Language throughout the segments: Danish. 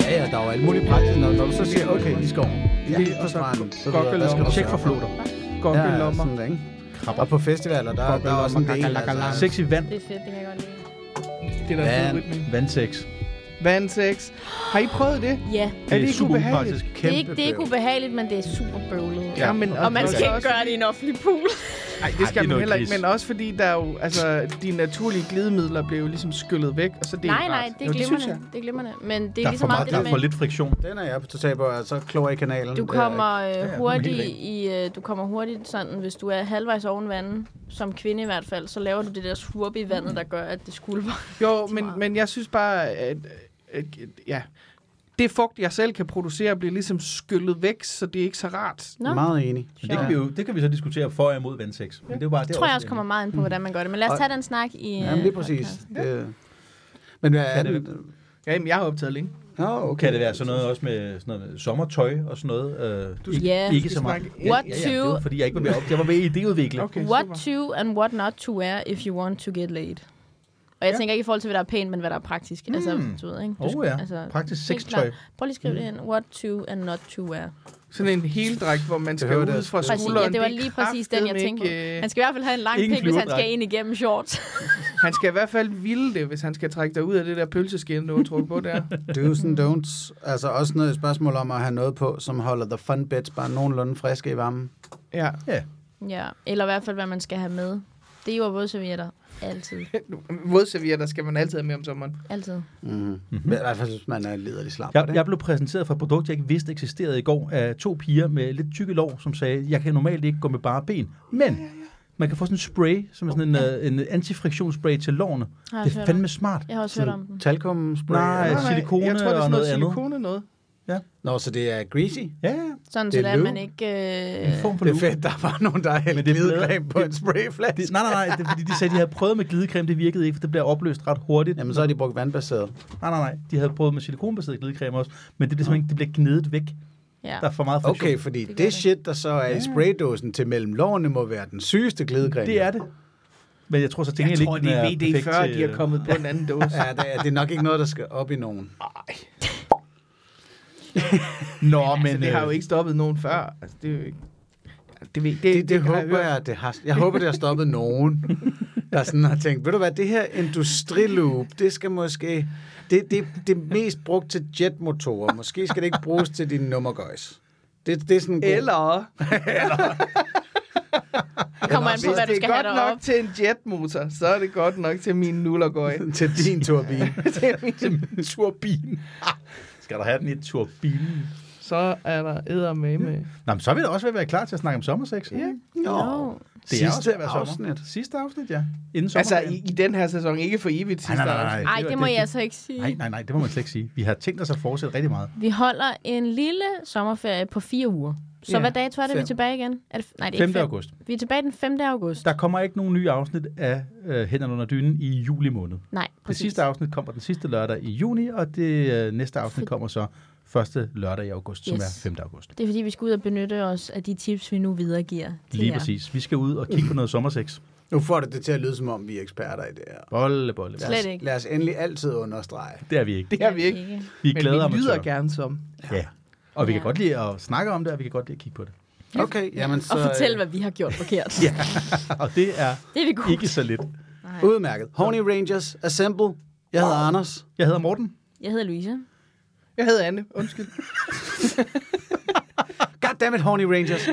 Ja, ja, der er jo alt muligt praktisk, når, når du så siger, okay, i skoven, Ja, lige på og så stranden, så ved jeg, der skal Gokkelommer. du Tjek for sørge floder. Ja, ja, Gokkelommer. sådan der, ikke? Og på festivaler, der, der er også en del. Altså. Sex i vand. Det er fedt, det kan jeg godt lide. Det er Ja. der fed rytme. i. Vandsex. Vandsex. Har I prøvet det? Ja, Det er ikke super ubehageligt? ubehageligt. det er, ikke, det er ikke ubehageligt, men det er super bøvlet. Ja, men, Og man skal ikke også- gøre det i en offentlig pool. Ej, Ej, det det er skal man noget heller ikke, gris. men også fordi der er jo, altså, de naturlige glidemidler blev jo ligesom skyllet væk, og så det er Nej, jo nej, rart. det Jo, er synes jeg. glimrende. Det er glimrende. Men det er Der er for ligesom meget, meget der det er der for med, lidt friktion. Den er jeg på totalt på, og så klog i kanalen. du Det er kommer jeg øh, helt hurtigt enig. i, øh, du kommer hurtigt sådan, hvis du er halvvejs oven vandet, som kvinde i hvert fald, så laver du det der svurp i vandet, der gør, at det skulper. Jo, men, men jeg synes bare, at, at, at ja, det fugt, jeg selv kan producere, bliver ligesom skyllet væk, så det er ikke så rart. Nå, Meget enig. Men det kan, vi jo, det kan vi så diskutere for og imod vandsex. Men det er jo bare, det tror jeg også kommer meget ind på, hvordan man gør det. Men lad os Og- tage den snak i Ja, men øh, lige præcis. podcasten. Det, men hvad er det- det? Jamen, jeg har optaget længe. Nå, okay. Kan det være sådan noget også med, sådan noget med sommertøj og sådan noget? Øh, Du skal- Ja. Ikke så meget. snakke- Ja, What ja, ja, to- det var, fordi jeg ikke var med op. Jeg var med i idéudvikling. Okay. Okay, What super. to and what not to wear if you want to get laid. Og jeg Ja. tænker ikke i forhold til, hvad der er pænt, men hvad der er praktisk. Mm. Altså, Mm. du ved, ikke? Du Oh skal- ja, altså, praktisk helt sextøj. klart. Prøv lige at skrive det ind. What to and not to wear. Sådan en heldragt, hvor man skal Behøver det ud at- fra Præcis, Præcis, skulderen. ja, det var lige er præcis den, jeg kraftedeme tænkte på. Altså- ikke, øh, Han skal i hvert fald have en lang Ingen pik, hvis han flyverdragt. skal ind igennem shorts. Han skal i hvert fald ville det, hvis han skal trække dig ud af det der pølseskin, du har trukket på der. Do's and don'ts. Altså også noget et spørgsmål om at have noget på, som holder the fun bits bare nogenlunde friske i varmen. Ja, ja, eller i hvert fald, hvad man skal have med. Det er jo vådservietter. Altid. vådservietter skal man altid have med om sommeren. Altid. Mm. Mm-hmm. I hvert fald, hvis man er lederlig slap. Jeg, jeg blev præsenteret for et produkt, jeg ikke vidste eksisterede i går, af to piger med lidt tykke lår, som sagde, jeg kan normalt ikke gå med bare ben, men man kan få sådan en spray, som er sådan en, øh, en antifriktionsspray til lårene. Har jeg, Det er også hørt om. fandme smart. jeg har også hørt om den. Talkum spray. Nej. eller- silikone jeg tror, det er og sådan noget noget andet. silikone noget. Nå, så det er greasy. Ja, ja. Sådan, det så er at løv. man ikke... Øh, En form for Det er lue. fedt, der var nogen, der er Men hældt det er bedre- glidecreme på en sprayflaske. Det, nej, nej, nej, det, er fordi de sagde, de havde prøvet med glidecreme, det virkede ikke, for det bliver opløst ret hurtigt. Jamen, så har de brugt vandbaseret. Nej, nej, nej, de havde prøvet med silikonbaseret glidecreme også, men det bliver simpelthen det bliver gnedet væk. ja. Der er for meget friktion. Okay, fordi Det det, gør det. shit, der så er i spraydåsen til mellem lårene, må være den sygeste glidecreme. Det er det. Men jeg tror så tænker jeg, Jeg tror, det ikke, er øh, den er perfekt VD40, til- de har kommet på en anden dåse. Ja, det er, det er nok ikke noget, der skal op i nogen. Nå, men... Men Altså, det har jo øh, ikke stoppet nogen før. Altså, det er jo ikke... Det, ved, det, Det, det, det har håber hørt. jeg, det har, jeg håber, det har stoppet nogen, der sådan har tænkt, ved du hvad, det her industriloop, det skal måske, det, det, det er mest brugt til jetmotorer, måske skal det ikke bruges til din nummergøjs. Det, det er sådan en god- Eller, Det kommer an på, hvis hvad du det skal er have godt derop. nok til en jetmotor, så er det godt nok til min nullergøj. til din turbine. til min, en turbine. Ah, Skal der have den i turbinen? så er der eddermame. med. Nå, men så vil jeg også være klar til at snakke om sommersex. Ja. Nå, Nå. Det er Sidste også ved at være sommer. afsnit. Sidste afsnit, ja. Inden Altså, sommerferien. i, i den her sæson, ikke for evigt sidste nej, nej, nej, nej. afsnit. Ej, det må det- jeg altså ikke sige. Nej, nej, nej, det må man slet ikke sige. Vi har tænkt os at fortsætte rigtig meget. Vi holder en lille sommerferie på fire uger. Så Ja, hvad dato er det, vi er fem. tilbage igen? Er det, f- nej, det er 5. ikke fem. august. Vi er tilbage den 5. august. Der kommer ikke nogen nye afsnit af øh, Hænderne under dynen i juli måned. Nej, Det præcis. sidste afsnit kommer den sidste lørdag i juni, og det øh, næste afsnit kommer så første lørdag i august, som Yes. er 5. august. Det er fordi, vi skal ud og benytte os af de tips, vi nu videregiver. til Lige jer. præcis. Vi skal ud og kigge på noget sommersex. Nu får du det til at lyde, som om vi er eksperter i det her. Bolle, bolle, bolle. Slet ikke. Lad os endelig altid understrege. Det er vi ikke. Det har vi ikke. Vi Men glæder vi lyder amatører. gerne som. Ja. Og vi kan Ja. godt lide at snakke om det, og vi kan godt lide at kigge på det. Okay, jamen så... Og fortæl, øh, hvad vi har gjort forkert. Og det er Det er vi gode. ikke så lidt. Udmærket. Horny Rangers, Assemble. Jeg hedder Anders. Jeg hedder Morten. Jeg hedder Louise. Jeg hedder Anne, undskyld. Goddammit, Horny Rangers.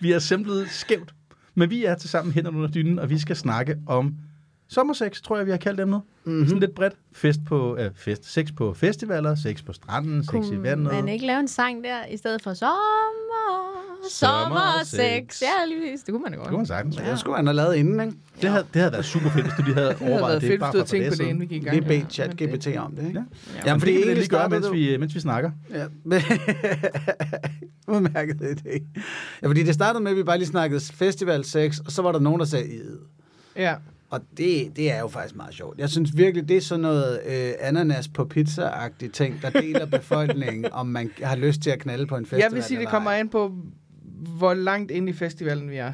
Vi er simplet skævt. Men vi er til sammen hænder under dynen, og vi skal snakke om sommersex, tror jeg, vi har kaldt emnet. Mm-hmm. Mhm. Sådan lidt bredt. Fest på, øh, fest. Sex på festivaler, sex på stranden, sex i vandet. man ikke lave en sang der, i stedet for sommer, sommersex? Sommersex. Ja, lige præcis. Det kunne man jo Det kunne man godt. sagtens. Det skulle han have lavet inden, ikke? Det, havde, det havde været super fedt, hvis du lige havde Det havde været overvejet det. fedt, hvis bare du havde for et tænkt par på dage det, inden siden. vi gik i gang. Lige bed chat men det- GPT om det, ikke? Ja. Jamen, Men det kan vi da lige egentlig gøre, startede mens du- vi, mens vi snakker. Ja, men- udmærket idé. Ja, fordi det startede med, at vi bare lige snakkede festivalsex, og så var der nogen, der sagde id. Ja. Og det, det er jo faktisk meget sjovt. Jeg synes virkelig, det er sådan noget øh, ananas på pizza-agtigt ting, der deler befolkningen, om man har lyst til at knalde på en festival. Jeg vil sige, det eller kommer ej. an på, hvor langt ind i festivalen vi er.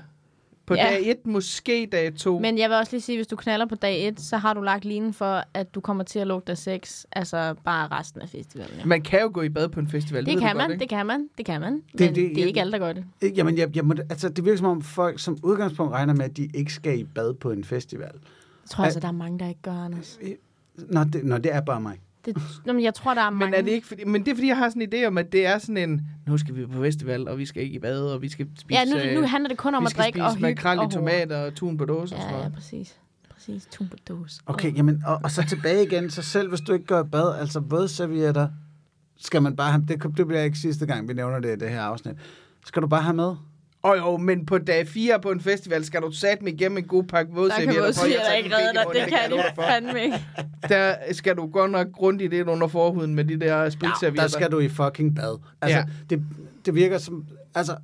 På Ja. ja. dag 1, måske dag 2. Men... Men jeg vil også lige sige, hvis du knaller på dag 1, så har du lagt linen for, at du kommer til at lukke dig sex, altså bare resten af festivalen. Ja. Man kan jo gå i bad på en festival. ved Det du kan godt, man, ikke? det kan man, det kan man. Men det- det, det, det er jeg- ikke alle, der gør det. Øh, Jamen, jeg, jeg må, altså, det virker som om folk som udgangspunkt regner med, at de ikke skal i bad på en festival. Jeg tror altså, der er mange, der ikke gør, Anders. Nå, det, nå, det er bare mig. Det, nå, men jeg tror, der er mange. Men, er det ikke fordi, men det er fordi, jeg har sådan en idé om, at det er sådan en, nu skal vi på festival, og vi skal ikke i bad, og vi skal spise, Ja, nu, nu øh, handler det kun om vi at skal drikke og spise hygge makrel og i hoved. tomater og tun på dåse og sådan Ja, ja, noget. præcis. Præcis, tumbadose. Mm. Okay, jamen, og, og så tilbage igen. Så selv hvis du ikke gør bad, altså vådservietter, skal man bare have... Det, det bliver ikke sidste gang, vi nævner det i det her afsnit. Skal du bare have med? Og jo, men på dag 4 på en festival skal du sat mig igennem en god pakke Der kan vådservietter. man prøv sige, lige at at jeg tage ikke den redder dig. begge Det under, jeg kan de love dig fandme ikke. for. Der skal du godt nok grundigt ind under forhuden med de der spritservietter. der skal du i fucking bad. Altså, Ja. det, det virker som... Altså,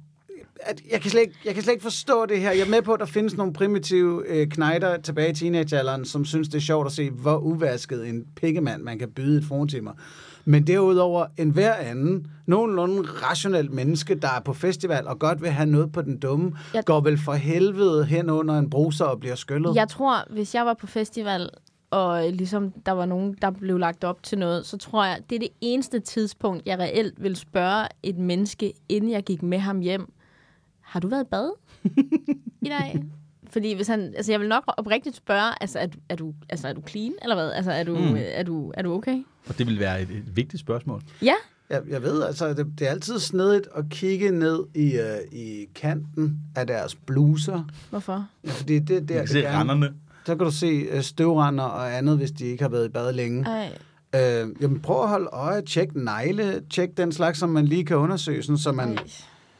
at jeg, kan slet ikke, jeg kan slet ikke forstå det her. Jeg er med på, at der findes nogle primitive øh, knejder tilbage i teenagealderen, som synes, det er sjovt at se, hvor uvasket en pikkemand man kan byde et fortimer. Men derudover, en hver anden, nogenlunde rationelt menneske, der er på festival og godt vil have noget på den dumme, Jeg- går vel for helvede hen under en bruser og bliver skyllet. Jeg tror, hvis jeg var på festival, og øh, ligesom der var nogen, der blev lagt op til noget, så tror jeg, det er det eneste tidspunkt, jeg reelt vil spørge et menneske, inden jeg gik med ham hjem, har du været i bad i dag? Fordi hvis han, altså jeg vil nok oprigtigt spørge, altså er, du- er du, altså er du clean, eller hvad? Altså er du, mm. er du, er du okay? Og det vil være et, et vigtigt spørgsmål. Ja, Jeg, jeg ved, altså, det, det er altid snedigt at kigge ned i, øh, i kanten af deres bluser. hvorfor? Ja, fordi det er der, Man kan se det gerne- renderne. Så kan du se øh, støvrender og andet, hvis de ikke har været i bad længe. Ej. Øh, jamen, prøv at holde øje, tjek negle, tjek den slags, som man lige kan undersøge, sådan, så man... Ej.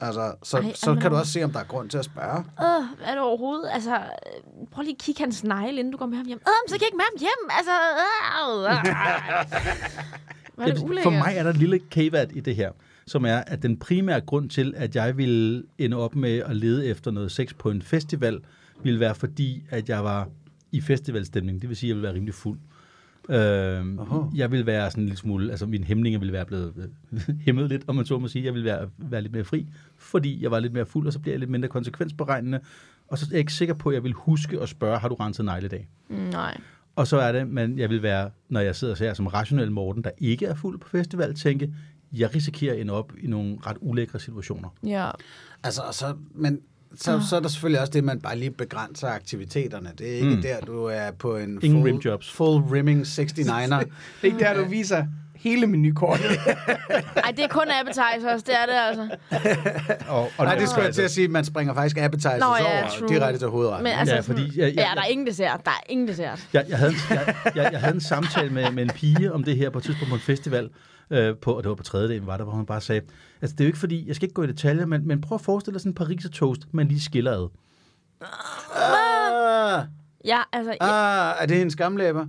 Altså, så, Ej, så Amalie. kan du også se, om der er grund til at spørge. Øh, hvad er det overhovedet? Altså, øh, prøv lige at kigge hans negle, inden du går med ham hjem. Øh, men så kan jeg ikke med ham hjem. Altså, øh, øh. Hvad er det ulækkert? For mig er der et lille caveat i det her, som er, at den primære grund til, at jeg ville ende op med at lede efter noget sex på en festival, ville være fordi, at jeg var i festivalstemning. Det vil sige, at jeg ville være rimelig fuld. Øhm, jeg ville være sådan en lille smule, altså mine hæmninger ville være blevet øh, hæmmet lidt, om man så må sige. Jeg ville være, være lidt mere fri, fordi jeg var lidt mere fuld, og så bliver jeg lidt mindre konsekvensberegnende. Og så er jeg ikke sikker på, at jeg vil huske at spørge, har du renset negle i dag? Mm, Nej. Og så er det, men jeg vil være, når jeg sidder her som rationel Morten, der ikke er fuld på festival, tænke, jeg risikerer at ende op i nogle ret ulækre situationer. Ja. Altså, og så, men Ah. så, så er der selvfølgelig også det, at man bare lige begrænser aktiviteterne. Det er ikke mm. der, du er på en Hmm. Ingen full, rimjobs. full rimming 69'er. Det er ikke der, du viser hele menukortet. Ej, det er kun appetizers, det er det altså. Og, og altså- Nej, det skulle jeg til at sige, at man springer faktisk appetizers Nå, over ja, og true. direkte til hovedretten. Men altså, Ja, fordi jeg- jeg- ja, der er ingen dessert. Der er ingen dessert. Jeg, jeg, havde en, jeg, jeg, jeg havde en samtale med, med en pige om det her på et tidspunkt på en festival, øh, på, og det var på tredje dagen, var der, hvor hun bare sagde, altså det er jo ikke fordi, jeg skal ikke gå i detaljer, men, men prøv at forestille dig sådan en pariser toast, man lige skiller ad. Ah, Ja, altså, ja, ah, er det hendes skamlæber?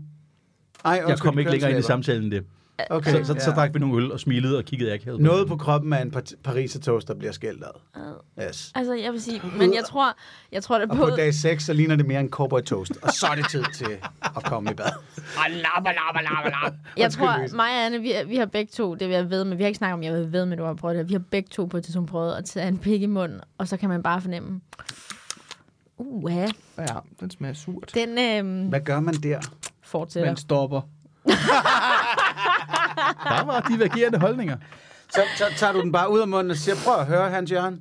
Ej, Jeg kom undskyld, ikke længere ind i kønslæber. samtalen end det. Okay, Så, så, så drak vi nogle øl og smilede og kiggede akavet. på Noget hinanden. på kroppen af en par- pariser toast, der bliver skældt ad. Yes. altså, jeg vil sige, men jeg tror, jeg tror det Og på dag 6, så ligner det mere en cowboy toast. Og så er det tid til at komme i bad. Jeg Undskyld, tror, Louise. mig og Anne, vi, vi har begge to, det vil jeg ved med, vi har ikke snakket om, jeg vil ved med, du har prøvet det her. Vi har begge to på et tidspunkt prøvet at tage en pik i munden, og så kan man bare fornemme, uha, ja, den smager surt. den øh, Hvad gør man der? fortsætter. Man stopper. Der var divergerende holdninger. Så, så tager du den bare ud af munden og siger, prøv at høre, Hans Jørgen.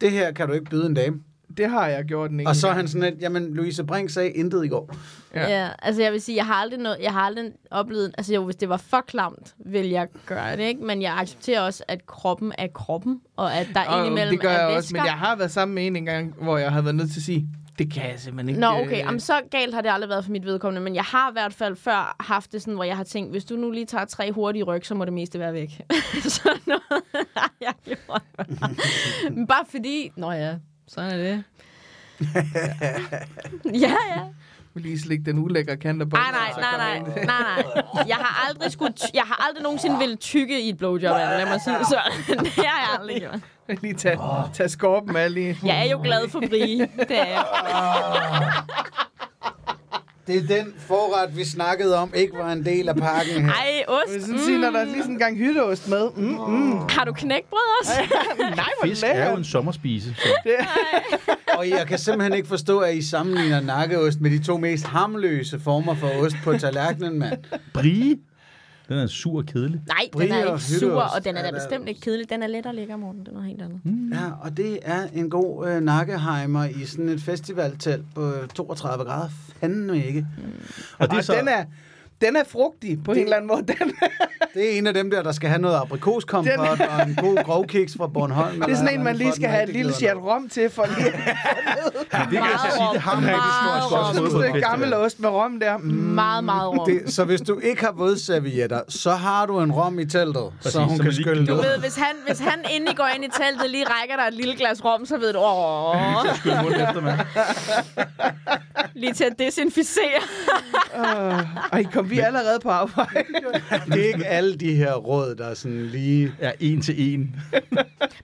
Det her kan du ikke byde en dame. Det har jeg gjort den ikke. Og så er han sådan lidt, jamen Louise Brink sagde intet i går. Ja. Ja. ja. altså jeg vil sige, jeg har aldrig, noget, jeg har aldrig oplevet, altså jo, hvis det var for klamt, vil jeg gøre det, ikke? Men jeg accepterer også, at kroppen er kroppen, og at der Og indimellem det gør er jeg væsker. også, men jeg har været sammen med en engang, hvor jeg havde været nødt til at sige, det kan jeg simpelthen ikke. Nå, øh, okay. Jamen, så galt har det aldrig været for mit vedkommende, men jeg har i hvert fald før haft det sådan, hvor jeg har tænkt, hvis du nu lige tager tre hurtige ryg, så må det meste være væk. så noget har jeg gjort. Men bare fordi... Nå ja, sådan er det. ja, ja. vil lige slikke den ulækre kanter på. Ej, Ah, nej, nej, nej, nej, nej. Jeg har aldrig, skulle ty- jeg har aldrig nogensinde ville tykke i et blowjob, Anna, lad mig sige det sådan. Det har jeg aldrig gjort. nej. lige tage, tage skorpen af lige. Jeg er jo glad for Brie. Det er jeg. Det er den forret, vi snakkede om, ikke var en del af pakken her. Ej, Jeg vil ost. sådan sige, når der er lige sådan en gang hytteost med. Mm, mm. Har du knækbrød også? Nej, hvor Fisk er jo lækkert. en sommerspise. Så. Og jeg kan simpelthen ikke forstå, at I sammenligner nakkeost med de to mest hamløse former for ost på tallerkenen, mand. Brie, den er sur og kedelig. Nej, den Brie er og ikke sur, hytteost og den er er da der- bestemt ikke kedelig. Den er let og lækker, Morten. Det er noget helt andet. Ja, og det er en god øh, nakkeheimer i sådan et festivaltelt på øh, 32 grader. Fanden ikke. Og det er Og så, den er, den er frugtig på en eller anden måde. Den er, Det er en af dem der, der skal have noget aprikoskompot Den- og en god grovkiks fra Bornholm. det er eller sådan en, andet, man for lige at skal den have et rigtig lille glider chat rom til for lige det kan jeg så Meget sige, det har man rom, ikke meget stor også rom. mod på sådan et en gammel festival. ost med rom der. Mm. Meget, meget rum. ned. det, så hvis du ikke har vådservietter, så har du en rom i teltet, Præcis, så hun så kan man lige skylle kan det Du ud. ved, hvis han, hvis han endelig går ind i teltet lige rækker dig et lille glas rom, så ved du, åh, Skyld munden efter, mand. lige til at desinficere. Uh, ej, kom vi allerede på arbejde? Det er ikke alle de her råd, der er sådan lige... Ja, en til en.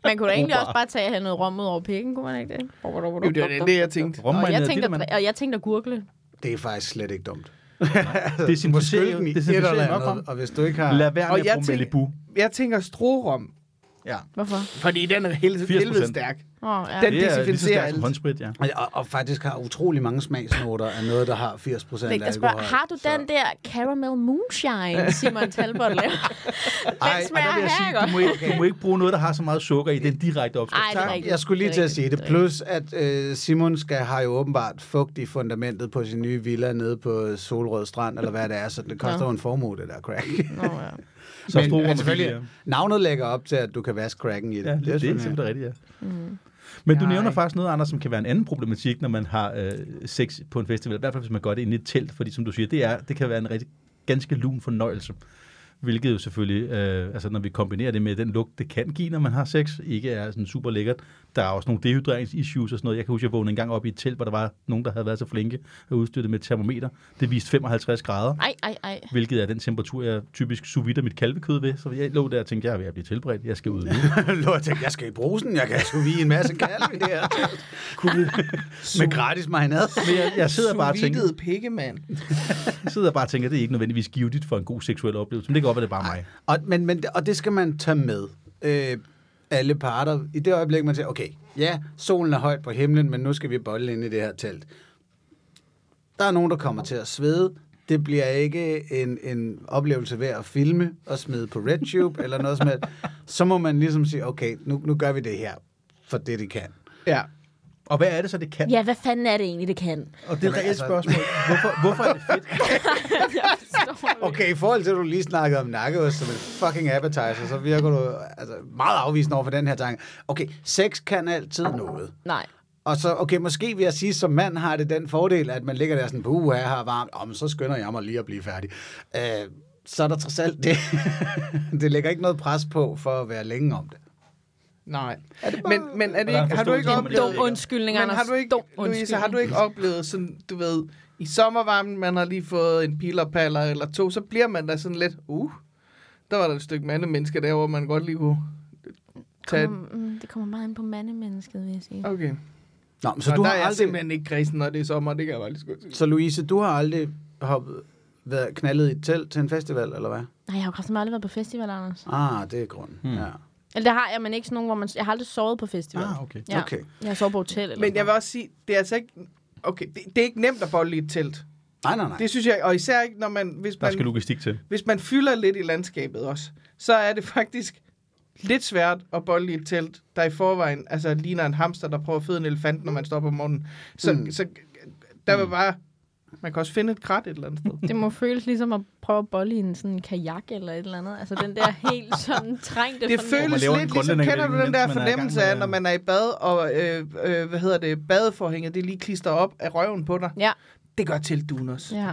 Man kunne da egentlig også bare tage og have noget rom ud over pikken, kunne man ikke det? Jo, det var det, det, jeg tænkte. Og Rommarineret jeg tænkte, dillermand. at, og jeg tænkte at gurgle. Det er faktisk slet ikke dumt. Det er sin må skylle den i forsøg. Det er et sin eller forsøg nok om. andet, og hvis du ikke har... Lad være Og med jeg at bruge tænker- Malibu. Jeg tænker strorom, Hvorfor? fordi den er hel- 80%. helvede stærk. Oh, ja. Den Det er lige så desinficerer stærkt som alt. håndsprit, ja. Og, og faktisk har utrolig mange smagsnoter af noget, der har 80 procent Læg alkohol. dig spørg, har du den der caramel moonshine, Simon Talbot laver? Ej, den smager og der vil jeg her, Du må, ikke, du må ikke bruge noget, der har så meget sukker i. Det er en direkte opskrift. Ej, det er rigtigt. Jeg skulle lige Det er til at rigtigt. sige det. er Plus, at øh, Simon skal, har jo åbenbart fugt i fundamentet på sin nye villa nede på Solrød Strand, eller hvad det er, så det koster Nå. jo en formue, det der crack. rigtigt. Nå, ja. Så stor men rum selvfølgelig, navnet lægger op til, at du kan vaske cracken i det. Ja, det, det er selvfølgelig- simpelthen rigtigt, ja. Men du Nej. nævner faktisk noget, Anders, som kan være en anden problematik, når man har øh, sex på en festival. I hvert fald, hvis man gør det inde i et telt, fordi som du siger, det, er, det kan være en rigtig, ganske lun fornøjelse. Hvilket jo selvfølgelig, øh, altså når vi kombinerer det med den lugt, det kan give, når man har sex, ikke er sådan super lækkert. Der er også nogle dehydreringsissues og sådan noget. Jeg kan huske, jeg vågnede en gang op i et telt, hvor der var nogen, der havde været så flinke at udstyre det med et termometer. Det viste 55 grader Ej, ej, ej. hvilket er den temperatur, jeg typisk sous vide mit kalvekød ved. Så jeg lå der og tænkte, jeg er ved at blive tilberedt, jeg skal ud nu. Lå og tænkte, jeg skal i brusen, jeg kan sgu en masse kalv i det her. Med gratis marinade. Men jeg, jeg sidder bare og tænker, Sous-videde piggemand. jeg sidder bare og tænker, det er ikke nødvendigvis givetigt for en god seksuel oplevelse. Men det kan godt være, det er bare mig. Og, men, men, og det skal man tage med. Øh, alle parter. I det øjeblik, man siger, okay, ja, solen er højt på himlen, men nu skal vi bolle ind i det her telt. Der er nogen, der kommer til at svede. Det bliver ikke en, en oplevelse værd at filme og smide på RedTube eller noget som helst. Så må man ligesom sige, okay, nu, nu gør vi det her, for det, de kan. Ja. Og hvad er det så, det kan? Ja, hvad fanden er det egentlig, det kan? Og det er et Jamen, reelt altså- spørgsmål. Hvorfor, hvorfor er det fedt? Okay, i forhold til, at du lige snakkede om nakkeost som en fucking appetizer, så virker du altså, meget afvisende over for den her tanke. Okay, sex kan altid noget. Nej. Og så, okay, måske vil jeg sige, som mand har det den fordel, at man ligger der sådan, puh, jeg har varmt, om så skynder jeg mig lige at blive færdig. Øh, så er der trods alt det. det lægger ikke noget pres på for at være længe om det. Nej. Men, men er det der er ikke, har du ikke forståelse for, at man oplevet... ikke Dum undskyldning, Men Anders. har du ikke, Dum Louise, undskyldning. har du ikke oplevet sådan, du ved, i sommervarmen, man har lige fået en pilerpaller eller to, så bliver man da sådan lidt, uh, der var der et stykke mandemenneske der, hvor man godt lige kunne tage... et- Kommer- mm, det kommer meget ind på mandemennesket, vil jeg sige. Okay. Nå, men så, Nå, du der har er jeg aldrig, simpelthen ikke græsen, når det er sommer, det kan jeg bare lige så godt sige. så Louise, du har aldrig hoppet, været knaldet i et telt til en festival, eller hvad? Nej, jeg har jo kraftigt aldrig været på festival, Anders. Ah, det er grunden. Hmm. Ja. Eller det har jeg, men ikke sådan nogen, hvor man... Jeg har aldrig sovet på festival. Ah, okay. Ja. Okay. Jeg har sovet på hotel. Eller Men jeg vil også sige, det er altså ikke... Okay, det, det er ikke nemt at bolle i et telt. Nej, nej, nej. Det synes jeg, og især ikke, når man, hvis Der man, skal logistik til. hvis man fylder lidt i landskabet også, så er det faktisk lidt svært at bolle i et telt, der i forvejen altså, ligner en hamster, der prøver at føde en elefant, når man står op om morgenen. Så, mm. så der Mm. vil bare... Man kan også finde et krat et eller andet sted. Det må føles ligesom at prøve at bolle i en sådan kajak eller et eller andet. Altså den der helt sådan trængte Det fornemmelse. føles laver en lidt ligesom, grundlænding, kender du mens den man er der i gang fornemmelse med- af, når man er i bad, og øh, øh, hvad hedder det, badeforhænget, det lige klister op af røven på dig. Ja, Det gør teltduen også, ja.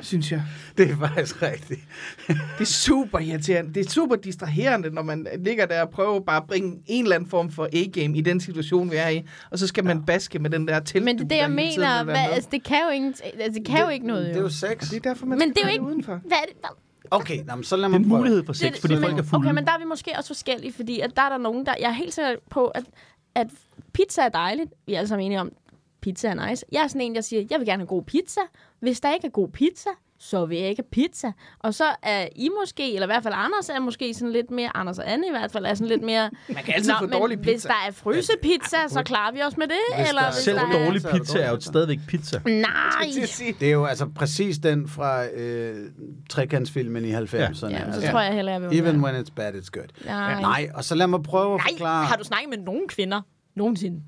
synes jeg. Det er faktisk rigtigt. Det er super irriterende. Det er super distraherende, når man ligger der og prøver bare at bringe en eller anden form for A-game i den situation, vi er i. Og så skal man baske med den der til. Men det er det, jeg mener. Hvad, altså, det kan jo, ingen, altså, det kan jo ikke noget. Det er jo sex. det er derfor, man Men skal det er jo holde ikke... udenfor. Hvad er det? Hvad? Okay, nå, men så lad Det er mig en prøve. mulighed for sex, det- fordi så- folk er fulde. Okay, men der er vi måske også forskellige, fordi at der er der nogen, der... Jeg er helt sikker på, at, at pizza er dejligt. Vi er alle sammen enige om, pizza er nice. Jeg er sådan en, der siger, jeg vil gerne have god pizza. Hvis der ikke er god pizza, så vil jeg ikke have pizza. Og så er I måske, eller i hvert fald Anders er måske sådan lidt mere, Anders og Anne i hvert fald er sådan lidt mere... Man kan altid få men dårlig hvis pizza." der er frysepizza, så klarer vi også med det. Hvis eller der er hvis Selv der dårlig Så er der pizza er jo dårlig pizza. stadigvæk pizza. Nej! Det er jo altså præcis den fra øh, trekantsfilmen i 90'erne. Ja, så altså. tror jeg heller, jeg vil Even undvære. when it's bad, it's good. Nej. Nej, og så lad mig prøve at forklare... Nej, har du snakket med nogen kvinder? Nogensinde.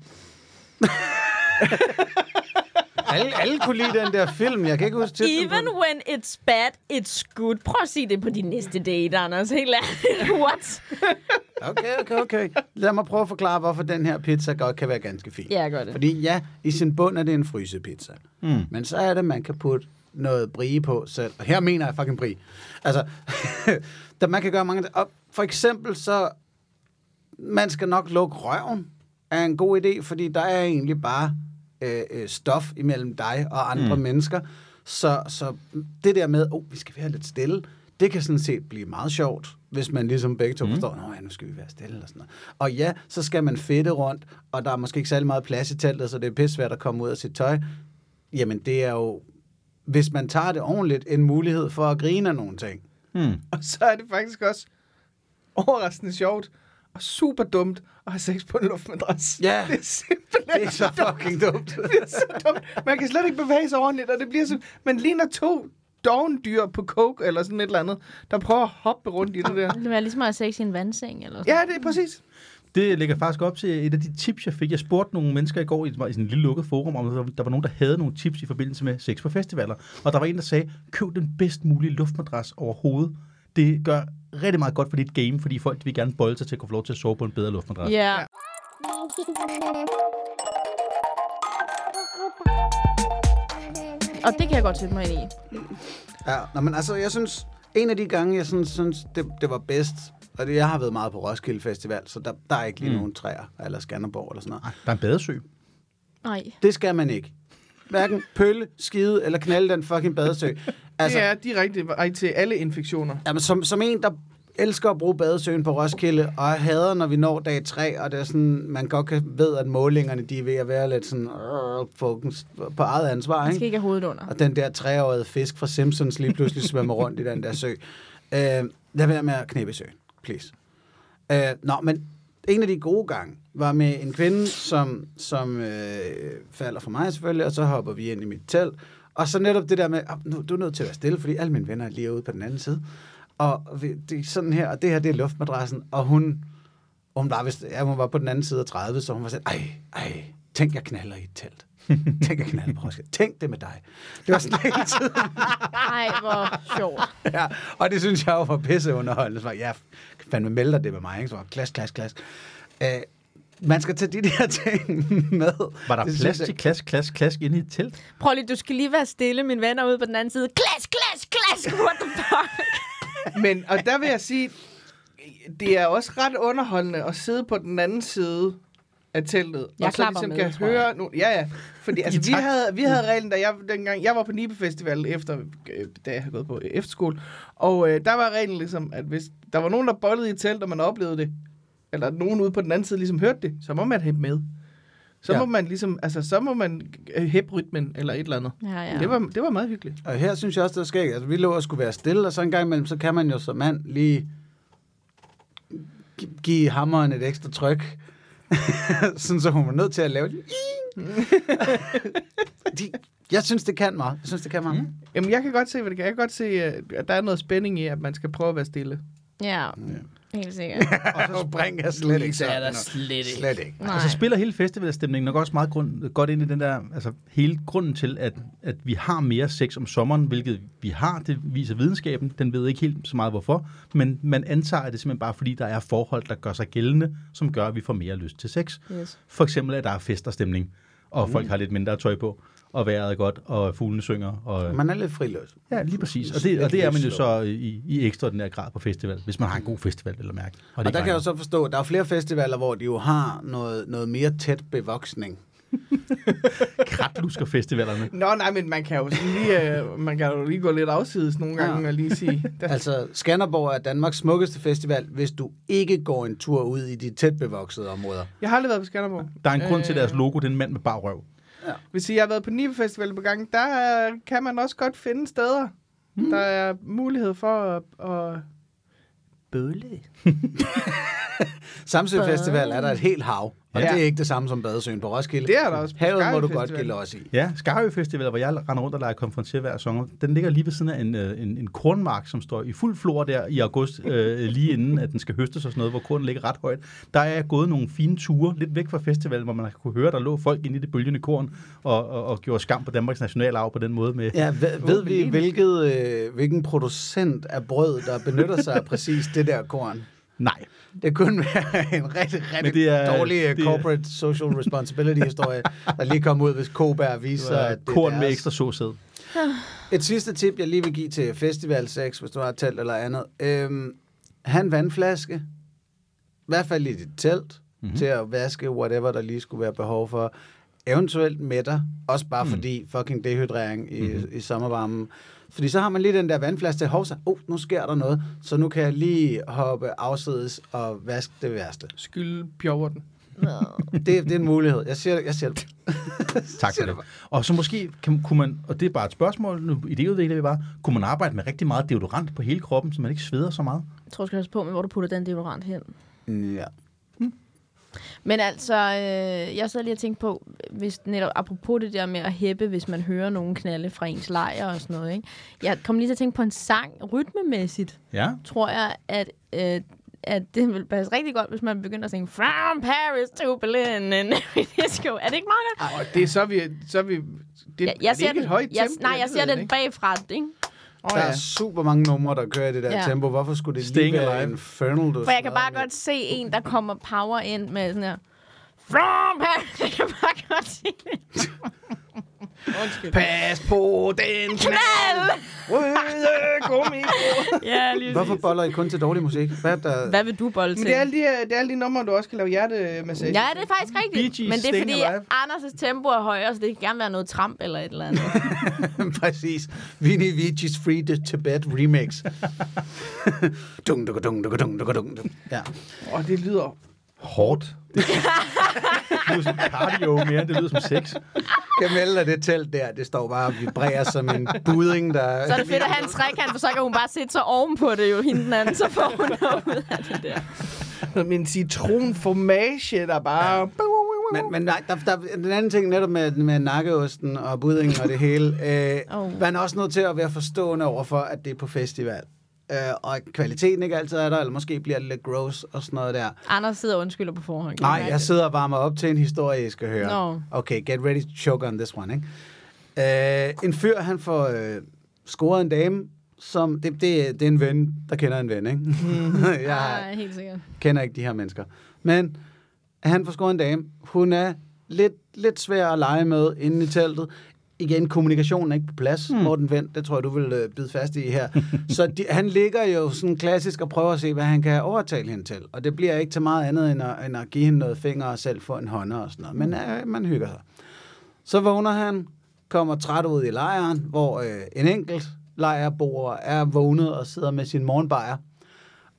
alle, alle kunne lide den der film. Jeg kan ikke huske titlen. på Even den. when it's bad, it's good. Prøv at sige det på din næste date, Anders. Helt ærligt. What? Okay, okay, okay. Lad mig prøve at forklare, hvorfor den her pizza godt kan være ganske fin. Ja, gør det. Fordi ja, i sin bund er det en frysepizza. Mm. Men så er det, man kan putte noget brie på selv. Og her mener jeg fucking brie. Altså, der man kan gøre mange... Og for eksempel så... Man skal nok lukke røven er en god idé, fordi der er egentlig bare øh, øh, stof imellem dig og andre mm. mennesker. Så, så det der med, oh, vi skal være lidt stille, det kan sådan set blive meget sjovt, hvis man ligesom begge to mm. forstår, at ja, nu skal vi være stille og sådan noget. Og ja, så skal man fedte rundt, og der er måske ikke særlig meget plads i teltet, så det er pissvært at komme ud af sit tøj. Jamen det er jo, hvis man tager det ordentligt, en mulighed for at grine af nogle ting. Hmm. Og så er det faktisk også overraskende sjovt og super dumt at have sex på en luftmadras. Ja. Det er simpelthen Det er så fucking dumt. det er så dumt. Man kan slet ikke bevæge sig ordentligt, og det bliver sådan... Man ligner to dovendyr på coke eller sådan et eller andet, der prøver at hoppe rundt i det der. Det var ligesom at have sex i en vandseng, eller sådan Ja, det er præcis. Det ligger faktisk op til et af de tips, jeg fik. Jeg spurgte nogle mennesker i går i, i sådan en lille lukket forum, om der- der var nogen, der havde nogle tips i forbindelse med sex på festivaler. Og der var en, der sagde, køb den bedst mulige luftmadras overhovedet. Det gør rigtig meget godt for dit game, fordi folk de vil gerne bolde sig til at kunne få lov til at sove på en bedre luftmadras. noget. Ja. Og det kan jeg godt sætte mig ind i. Ja, nå, men altså, jeg synes, en af de gange, jeg sådan, synes, det, det var bedst, og det, jeg har været meget på Roskilde Festival, så der, der er ikke lige mm. nogen træer, eller Skanderborg, eller sådan noget. Ej, Der er en badesø. Nej. Det skal man ikke. Hverken pølle, skide eller knalde den fucking badesø. Altså, Det er direkte vej til alle infektioner. Jamen, som, som en, der elsker at bruge badesøen på Roskilde, og hader, når vi når dag 3, og det er sådan, man godt kan ved, at målingerne, de er ved at være lidt sådan, øh, fokus på eget ansvar, Man skal ikke? ikke have hovedet under. Og den der treårige fisk fra Simpsons lige pludselig svømmer rundt i den der sø. Øh, lad være med at knæppe i søen, please. Øh, nå, men en af de gode gange var med en kvinde, som, som øh, falder for mig selvfølgelig, og så hopper vi ind i mit telt. Og så netop det der med, "Ah, nu, du er nødt til at være stille, fordi alle mine venner er lige ude på den anden side. Og vi- det er sådan her, og det her, det er luftmadrassen, og hun, hun var, vist, ja, hun var på den anden side af 30, så hun var sådan, ej, ej, tænk, jeg knaller i et telt. Tænk, jeg knaller på Roskilde. Tænk det med dig. Det var sådan hele tiden. Nej, hvor sjovt. Ja, og det synes jeg jo var pisseunderholdende. Så var jeg, ja, fandme melder det med mig, ikke? Så var jeg, klas, klas, klas. Øh, man skal tage de der ting med. Var der Det synes plads jeg- til klask, klask, klask inde i et telt? Prøv lige, du skal lige være stille, min venner ude på den anden side. Klask, klask, klask, what the fuck? Men, og der vil jeg sige, det er også ret underholdende at sidde på den anden side af teltet. Jeg og så klapper ligesom med, kan tror jeg. høre... Nu, ja, ja. Fordi altså, vi, takt. havde, vi havde reglen, da jeg, dengang, jeg var på Nibe Festival, efter, øh, da jeg havde gået på efterskole. Og øh, der var reglen ligesom, at hvis der var nogen, der bollede i et telt, og man oplevede det, eller at nogen ude på den anden side ligesom hørte det, så må man hæppe med. Så Ja. ja. må man ligesom, altså, så må man øh, hæppe rytmen, eller et eller andet. Ja, ja. Det, var, det var meget hyggeligt. Og her synes jeg også, det var skægt. Altså, vi lå og skulle være stille, og så en gang imellem, så kan man jo som mand lige gi- give hammeren et ekstra tryk. Sådan, så hun var nødt til at lave det. de, jeg synes, det kan meget. Jeg synes, det kan meget. Mm. Jamen, jeg kan godt se, hvad det kan. Jeg kan godt se, øh, at der er noget spænding i, at man skal prøve at være stille. Ja, helt sikkert. Og så springer jeg slet ikke sådan. noget. slet Slet ikke. Og Nej. så Altså, spiller hele festivalstemningen nok også meget grund, godt ind i den der, altså hele grunden til, at, at vi har mere sex om sommeren, hvilket vi har, det viser videnskaben, den ved ikke helt så meget hvorfor, men man antager, at det er simpelthen bare fordi, der er forhold, der gør sig gældende, som gør, at vi får mere lyst til sex. Yes. For eksempel, at der er fest og stemning, og mm. folk har lidt mindre tøj på, og vejret er godt, og fuglene synger. Og, Man er lidt friløs. ja, lige præcis. Og det, og det er man jo så i, i ekstraordinær grad på festival, hvis man har en god festival, vil jeg mærke. Og, det Og der kan jeg jo også... så forstå, at der er flere festivaler, hvor de jo har noget, noget mere tæt bevoksning. kratlutsker-festivalerne. Nå, nej, men man kan jo, sådan lige, øh, man kan jo lige gå lidt afsides nogle gange Ja. ja. og lige sige... Der, Altså, Skanderborg er Danmarks smukkeste festival, hvis du ikke går en tur ud i de tæt bevoksede områder. jeg har aldrig været på Skanderborg. Der er en grund til, at deres logo det er en mand med bar røv. Ja. Hvis I har været på Nibe Festival på gang, der øh, kan man også godt finde steder. Mm. Der er mulighed for at, at bøle. Samsø Festival er der et helt hav, og Ja. det er ikke det samme som Badesøen på Roskilde. Det er der også på Havet må Skarø du godt Festival. gælde os i. Ja, Skarø Festival, hvor jeg render rundt og leger konfrontier hver sommer, den ligger lige ved siden af en, øh, en, en kornmark, som står i fuld flor der i august, øh, lige inden at den skal høstes og sådan noget, hvor kornen ligger ret højt. Der er jeg gået nogle fine ture lidt væk fra festivalen, hvor man har kunne høre, der lå folk inde i det bølgende korn og, og, og gjorde skam på Danmarks nationalarv på den måde med... Ja, ved, ved vi, hvilket, øh, hvilken producent af brød, der benytter sig af præcis det der korn? Nej. Det kunne være en rigtig, rigtig Men det er- dårlig øh, det er- corporate social responsibility-historie, der lige kom ud, hvis Koberg Så viser, at det korn er med deres. ekstra såsæd. Et sidste tip, jeg lige vil give til Festival 6, hvis du har et telt eller andet. Øhm, have en vandflaske, i hvert fald i dit telt, Mhm. mm-hmm. til at vaske whatever, der lige skulle være behov for. Eventuelt mætter, også Mhm. bare mm. fordi fucking dehydrering i, mm-hmm. i sommervarmen. Fordi så har man lige den der vandflaske til, hov, så, oh, nu sker der noget, så nu kan jeg lige hoppe afsides og vaske det værste. Skyld pjoverten. Det, det er en mulighed. Jeg siger, jeg siger det. Tak for det. Og så måske kan, kunne man, og det er bare et spørgsmål, nu idéudvikler vi bare, kunne man arbejde med rigtig meget deodorant på hele kroppen, så man ikke sveder så meget? Jeg tror, du skal passe på med, hvor du putter den deodorant hen. Ja. Men altså, øh, jeg sad lige og tænkte på, hvis netop apropos det der med at hæppe, hvis man hører nogen knalde fra ens lejr og sådan noget. Ikke? Jeg kom lige til at tænke på en sang, rytmemæssigt, Ja. tror jeg, at, øh, at det ville passe rigtig godt, hvis man begynder at synge From Paris to Berlin and every disco. Er det ikke meget godt? Og det er så vi... Så vi det, jeg, er jeg det ser ikke den, et højt tempo? jeg, nej, jeg ved ser det den ikke. bagfra, ikke? Åh, Der ja. er super mange numre, der kører i det der Ja. ja. tempo. Hvorfor skulle det Staying lige være alive. infernal? du For jeg snakker kan bare om? godt se en, der kommer power ind med sådan her. From Paris. Jeg kan bare godt se det. Undskyld. Pas på den Knald! knalde gummibåd. Ja, lige Hvorfor boller I kun til dårlig musik? Hvad er der... Hvad vil du bolle til? Men det er, alle de, her- det er alle de numre, du også kan lave hjertemassage. Ja, det er faktisk Bee rigtigt. Gees, Men det er Staying fordi, Alive. Anders' tempo er højere, så det kan gerne være noget tramp eller et eller andet. Præcis. Vinnie Vici's Free the Tibet Remix. dung, dung, dung, dung, dung, dung, dung, dung. Ja. Og det lyder... Hårdt. det lyder som cardio mere, end det lyder som sex. Kan melde dig det telt der. Det står bare og vibrerer som en budding, der... Så er det fedt at have en trekant, for så kan hun bare sætte sig ovenpå det jo, hende den anden, så får hun noget ud af det der. Som en citronformage, der bare... Men, men nej, der, der, den anden ting netop med, med nakkeosten og buddingen og det hele, øh, Oh. oh. man er også nødt til at være forstående overfor, at det er på festival. Øh, og at kvaliteten ikke altid er der, eller måske bliver det lidt gross og sådan noget der. Anders sidder og undskylder på forhånd. kan Nej, mærke jeg det. sidder og varmer op til en historie, I skal høre. Nå. Okay, get ready to choke on this one, ikke? Øh, en fyr, han får øh, scoret en dame, som... Det, det, det er en ven, der kender en ven, ikke? Mm. jeg Ej, helt sikkert. kender ikke de her mennesker. Men han får scoret en dame. Hun er lidt, lidt svær at lege med inde i teltet. Igen, kommunikationen er ikke på plads. Mm. Morten Vendt, det tror jeg, du vil øh, bide fast i her. Så de, han ligger jo sådan klassisk og prøver at se, hvad han kan overtale hende til. Og det bliver ikke til meget andet, end at, end at give hende noget fingre og selv få en hånder og sådan noget. Men øh, man hygger sig. Så vågner han, kommer træt ud i lejren, hvor øh, en enkelt lejrboer er vågnet og sidder med sin morgenbajer.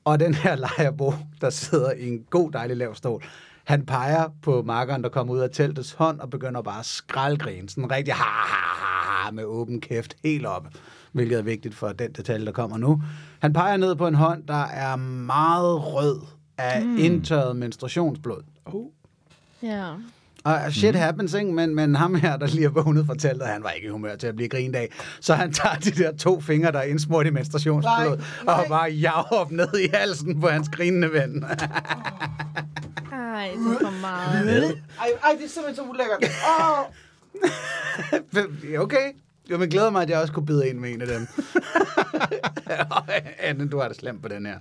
Og den her lejerbo, der sidder i en god, dejlig lav stol, han peger på markeren, der kommer ud af teltets hånd, og begynder bare at skraldgrine. Sådan rigtig ha, ha, ha, ha, med åben kæft helt op. Hvilket er vigtigt for den detalje, der kommer nu. Han peger ned på en hånd, der er meget rød af mm. indtørret menstruationsblod. Ja. Og uh, shit happens, ikke? Men, men ham her, der lige er vågnet fra teltet, han var ikke i humør til at blive grinet af. Så han tager de der to fingre, der er indsmurt i menstruationsblod, og bare jager op ned i halsen på hans grinende ven. Ej, det er for meget. Ej, ej, det er simpelthen så ulækkert. Åh! okay. Jo, men glæder mig, at jeg også kunne bide en med en af dem. Anne, du har det slemt på den her.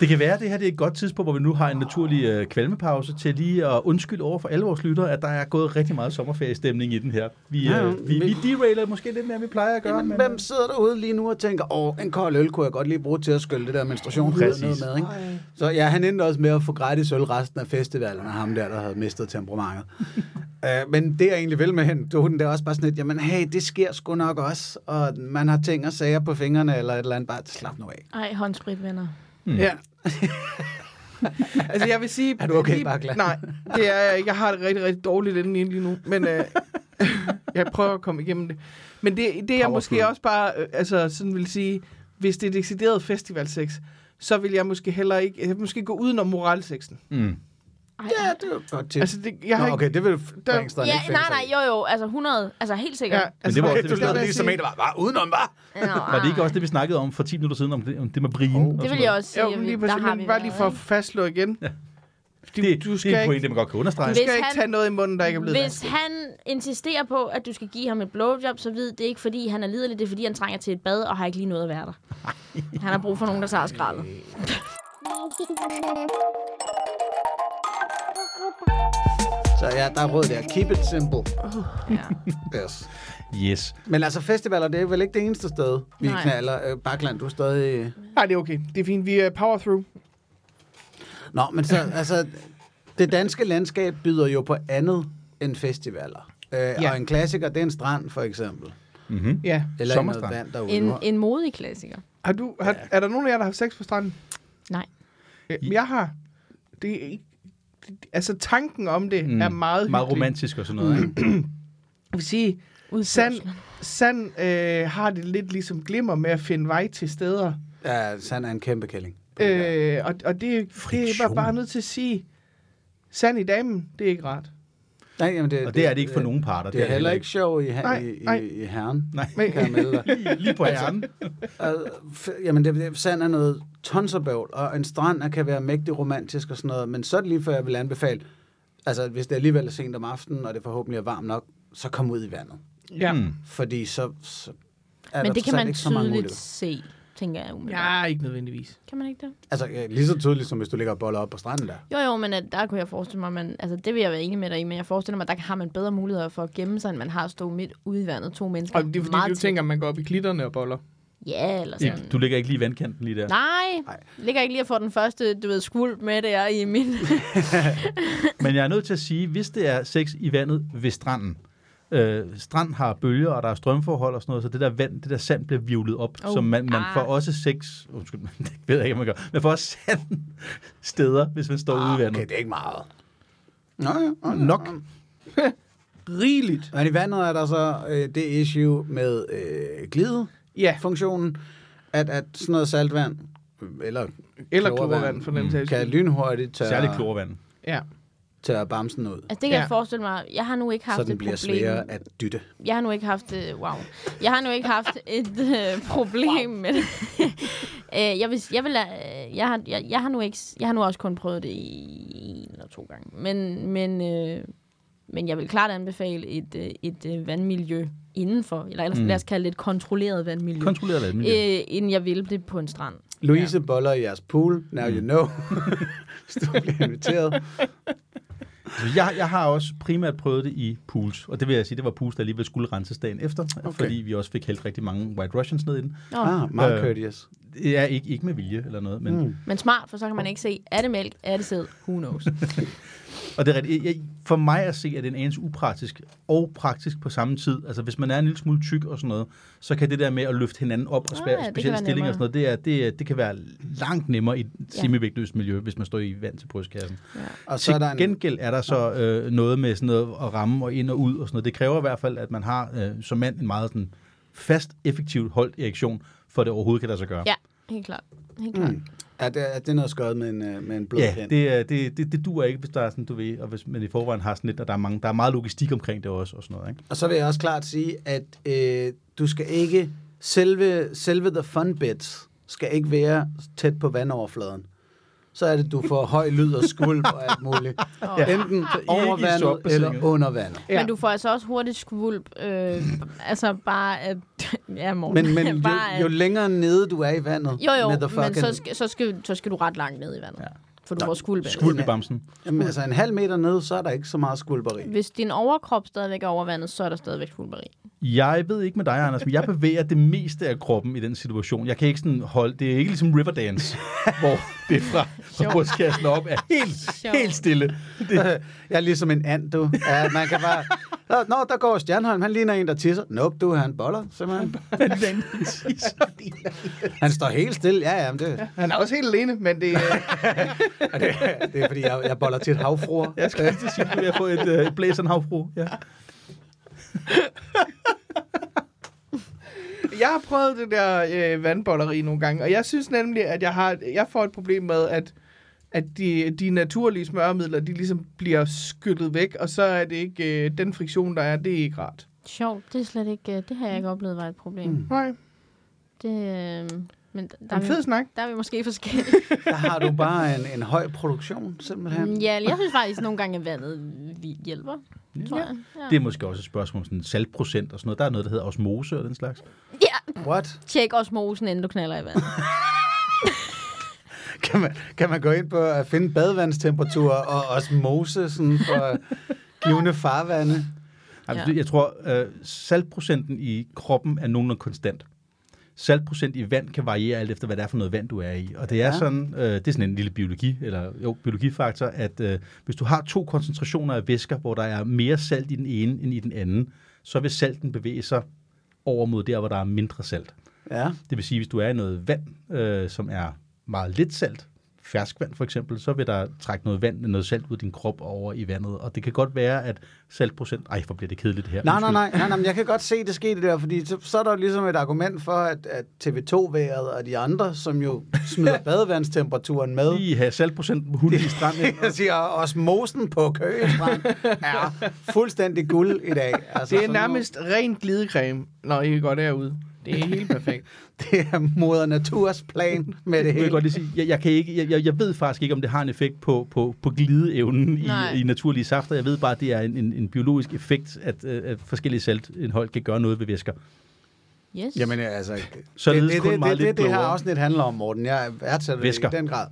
Det kan være, at det her det er et godt tidspunkt, hvor vi nu har en naturlig øh, kvalmepause til lige at undskylde over for alle vores lyttere, at der er gået rigtig meget sommerferiestemning i den her. Vi, Ja, ja. øh, vi, vi derailer måske lidt mere, end vi plejer at gøre. Jamen, øh, hvem sidder derude lige nu og tænker, åh, en kold øl kunne jeg godt lige bruge til at skylle det der menstruation ned Præcis. med, ikke? Så ja, han endte også med at få gratis øl resten af festivalen, og ham der, der havde mistet temperamentet. uh, men det jeg egentlig vil med hende, du den der også bare sådan lidt, jamen hey, det sker sgu nok også, og man har ting og sager på fingrene, eller et eller andet, bare slap nu af. Ej, håndsprit, venner. Ja. Altså, jeg vil sige... Er du okay, lige, Bakla? Nej, det er jeg ikke. Jeg har det rigtig, rigtig dårligt indeni lige nu. Men øh, Jeg prøver at komme igennem det. Men det, det jeg Powerful. måske også bare, øh, altså sådan vil sige, hvis det er decideret festivalsex, så vil jeg måske heller ikke, jeg vil måske gå udenom moralsexen. Mm. Ej, Ja, det var godt til. Altså, det, jeg har Nå, okay, det vil Der- Bangstein ja, ikke finde nej, sig nej, i. jo, jo, altså 100, altså helt ikke, sikkert. ja, Ja. altså, det var også Okay, det, du vi lavede vil lige som sige. en, der var, var udenom, var. Var det ikke også det, vi snakkede om for 10 minutter siden, om det, om det med Brien? Jo. og Det sådan vil jeg noget? også sige, Jo, men lige præcis, men bare lige for at fastslå igen. Ja. Du, Det, du skal det er ikke, en pointe, man godt kan understrege. du Hvis skal ikke han- tage noget i munden, der ikke er blevet Hvis han insisterer på, at du skal give ham et blowjob, så ved det ikke, fordi han er lidelig. Det er, fordi han trænger til et bad og har ikke lige noget at være der. Han har brug for nogen, der tager skraldet. Så ja, der er råd der. Keep it simple. Ja. Yes. Yes. Men altså, festivaler, det er vel ikke det eneste sted, vi Nej. knaller. Øh, Bakland, du er stadig... Nej, det er okay. Det er fint. Vi er power through. Nå, men så, altså, det danske landskab byder jo på andet end festivaler. Øh, ja. Ja. Og en klassiker, det er en strand, for eksempel. Mm-hmm. Ja. Eller Sommerstrand. noget vand derude. En, En, en... en modig klassiker. Har du, har, ja. Er der nogen af jer, der har haft sex på stranden? Nej. Øh, Jeg har. Det er ikke... det- Altså, tanken om det mm. er meget Meget hyggelig. romantisk og sådan noget. ikke? Jeg vil sige, Sand, sand øh, har det lidt ligesom glimmer med at finde vej til steder. Ja, Sand er en kæmpe kælling. Øh, og, og det, det er Friktion. bare, bare nødt til at sige, sand i damen, det er ikke rart. Nej, jamen det, Og det er det ikke for nogen parter. Det er heller ikke sjov i, her, Nej, i, nej. i, i herren. Nej. Kan jeg melde dig. Lige, lige på hjernen. Og f- Jamen, det, det, sand er noget tonserbøvl, og en strand er- kan være mægtig romantisk og sådan noget, men så er det lige før, jeg vil anbefale, altså hvis det alligevel er sent om aftenen, og det forhåbentlig er varmt nok, så kom ud i vandet. Ja. Mm. Fordi så, så er Men der det kan trods alt man ikke så mange tydeligt muligheder. se, tænker jeg umiddelbart. Ja, ikke nødvendigvis. Kan man ikke det? Altså ja, lige så tydeligt, som hvis du ligger og boller op på stranden der. Jo, jo, men at der kunne jeg forestille mig, man, altså det vil jeg være enig med dig i, men jeg forestiller mig, at der har man bedre muligheder for at gemme sig, end man har at stå midt ude i vandet to mennesker. Og det er fordi, meget du tæt. tænker, at man går op i klitterne og boller. Ja, eller Ja. sådan. Du ligger ikke lige i vandkanten lige der. Nej, Nej. ligger ikke lige at få den første, du ved, skuld med der i min... Men jeg er nødt til at sige, hvis det er sex i vandet ved stranden, øh, strand har bølger, og der er strømforhold og sådan noget, så det der vand, det der sand bliver vivlet op, Oh, oh, så man, man ah. får også sex, undskyld, det ved jeg ikke, om man gør, man får også sand steder, hvis man står Ah, ude i vandet. Okay, det er ikke meget. Nå, ja, nå, ja. Nok. Rigeligt. Men i vandet er der så øh, det issue med øh, glide. Ja, funktionen, at, at sådan noget saltvand, eller, Eller klorvand, for den mm, sags kan skyld. lynhurtigt Særligt tørre, klorvand. ja. tørre bamsen ud, Altså, det kan ja. Ja. jeg forestille mig. Jeg har nu ikke haft så den et bliver problem. sværere at dytte. Jeg har nu ikke haft... øh, Wow. Jeg har nu ikke haft et øh, problem wow. med det. Øh, jeg, vil, jeg, vil, øh, jeg, har, jeg, jeg, har nu ikke, jeg har nu også kun prøvet det i en eller to gange. Men, men, øh, men jeg vil klart anbefale et, øh, et øh, vandmiljø indenfor, eller ellers, mm. lad os kalde det et kontrolleret vandmiljø, Kontrolleret vandmiljø. øh, inden jeg vil det på en strand. Louise ja. boller i jeres pool, now you Mm. know, hvis du bliver inviteret. Altså, Jeg, jeg har også primært prøvet det i pools, og det vil jeg sige, det var pools, der alligevel skulle renses dagen efter, okay. fordi vi også fik hældt rigtig mange White Russians ned i den. Nå, ah. Ah, meget Øh. courteous. Det er ikke, ikke med vilje eller noget, men, mm. Men smart, for så kan man ikke se, er det mælk, er det sæd, who knows. og det er rigtigt. Jeg, for mig at se, at det er en anelse upraktisk og praktisk på samme tid. Altså, hvis man er en lille smule tyk og sådan noget, så kan det der med at løfte hinanden op og Ah, spære det ah, kan specielle være stillinger og sådan noget, det, er, det, er- det kan være langt nemmere i et Ja. semivægtløst miljø, hvis man står i vand til brystkassen. Og så Til er der en, gengæld er der så øh, noget med sådan noget at ramme og ind og ud og sådan noget. Det kræver i hvert fald, at man har øh, som mand en meget sådan fast, effektivt holdt erektion, for at det overhovedet kan lade sig gøre. ja, helt klart. Helt klart. Mm. er det, er det noget skørt med en, øh, med en blå Ja, pind? det, er- det, det, det duer ikke, hvis der er sådan, du ved, og hvis man i forvejen har sådan lidt, og der er, mange, der er meget logistik omkring det også, og sådan noget, ikke? Og så vil jeg også klart sige, at øh, du skal ikke, selve, selve the fun bits skal ikke være tæt på vandoverfladen. Så er det, du får høj lyd og skvulp og alt muligt. Ja. Enten ikke over i vandet soppebassin. eller under vandet. ja. Men du får altså også hurtigt skvulp. Øh, altså bare at... ja, Men, Morten. men jo, bare, at- jo længere nede du er i vandet, jo, jo, med the men fucking, så skal, så, skal, så skal du ret langt ned i vandet. Ja. For du får skvulp. af det. Skvulp i bamsen. jamen, altså en halv meter nede, så er der ikke så meget skvulperi. Hvis din overkrop stadigvæk er over vandet, så er der stadigvæk skvulperi. Jeg ved ikke med dig, Anders, men jeg bevæger det meste af kroppen i den situation. Jeg kan ikke sådan holde... Det er ikke ligesom Riverdance, hvor det er fra, fra brystkassen op er helt, Sjovt. helt stille. Øh, Jeg er ligesom en and, du. Ja, man kan bare... Nå, Nå, der går Stjernholm, han ligner en, der tisser. Nope, du, han boller, simpelthen. Han står helt stille. Ja, ja, men det, Han er også helt alene, men det, øh, Det er, fordi jeg, jeg boller til et havfruer. Jeg skal lige til at sige, at jeg har fået et øh, blæs af en havfru. Ja. Jeg har prøvet det der øh, vandbolleri nogle gange, og jeg synes nemlig, at jeg, har, jeg får et problem med, at, at de, de naturlige smøremidler, de ligesom bliver skyllet væk, og så er det ikke, øh, den friktion, der er, det er ikke rart. Sjovt, det er slet ikke, øh, det har jeg ikke oplevet var et problem. Mm. Nej, Det, øh, men der, det er der, en er fed vi, snak. der er vi måske forskellige. Der har du bare en, en høj produktion, simpelthen. ja, eller jeg synes faktisk nogle gange, at vandet vi hjælper, tror jeg. Ja. Det er måske også et spørgsmål om sådan saltprocent og sådan noget. Der er noget, der hedder osmose og den slags. ja, What? tjek osmosen, inden du knaller i vandet. Kan man, kan man gå ind på at finde badevandstemperatur og osmose sådan for givende farvande? Altså, Ja. det- Jeg tror, øh, saltprocenten i kroppen er nogenlunde konstant. Saltprocent i vand kan variere alt efter, hvad det er for noget vand, du er i. Og det er Ja. ja. sådan, øh, det er sådan en lille biologi, eller jo, biologifaktor, at øh, hvis du har to koncentrationer af væsker, hvor der er mere salt i den ene end i den anden, så vil salten bevæge sig over mod der, hvor der er mindre salt. Ja. Det vil sige, hvis du er i noget vand, øh, som er meget lidt salt, ferskvand for eksempel, så vil der trække noget vand, noget salt ud af din krop og over i vandet. Og det kan godt være, at saltprocent... Ej, hvor bliver det kedeligt her. Nej, nej, Undskyld. nej, nej, nej, men jeg kan godt se, det skete det der, fordi så, så er der jo ligesom et argument for, at, at TV2-været og de andre, som jo smider badevandstemperaturen med, Lige have saltprocenten på hunden i stranden. ikke? jeg siger osmosen på køgestrand, er fuldstændig guld i dag. Altså, Det er sådan noget- nærmest ren glidecreme, når I går derude. Det er helt perfekt. Det er moder naturs plan med det Jeg vil hele. godt lige sige, jeg, jeg, kan ikke, jeg- jeg, jeg ved faktisk ikke, om det har en effekt på, på, på glideevnen i, Nej. i naturlige safter. Jeg ved bare, at det er en, en, en biologisk effekt, at, øh, at forskellige saltindhold kan gøre noget ved væsker. Yes. Jamen altså, Således det, kun det, meget det, lidt det, det her klogere. afsnit handler om, Morten. Jeg værdsætter det Væsker. i den grad.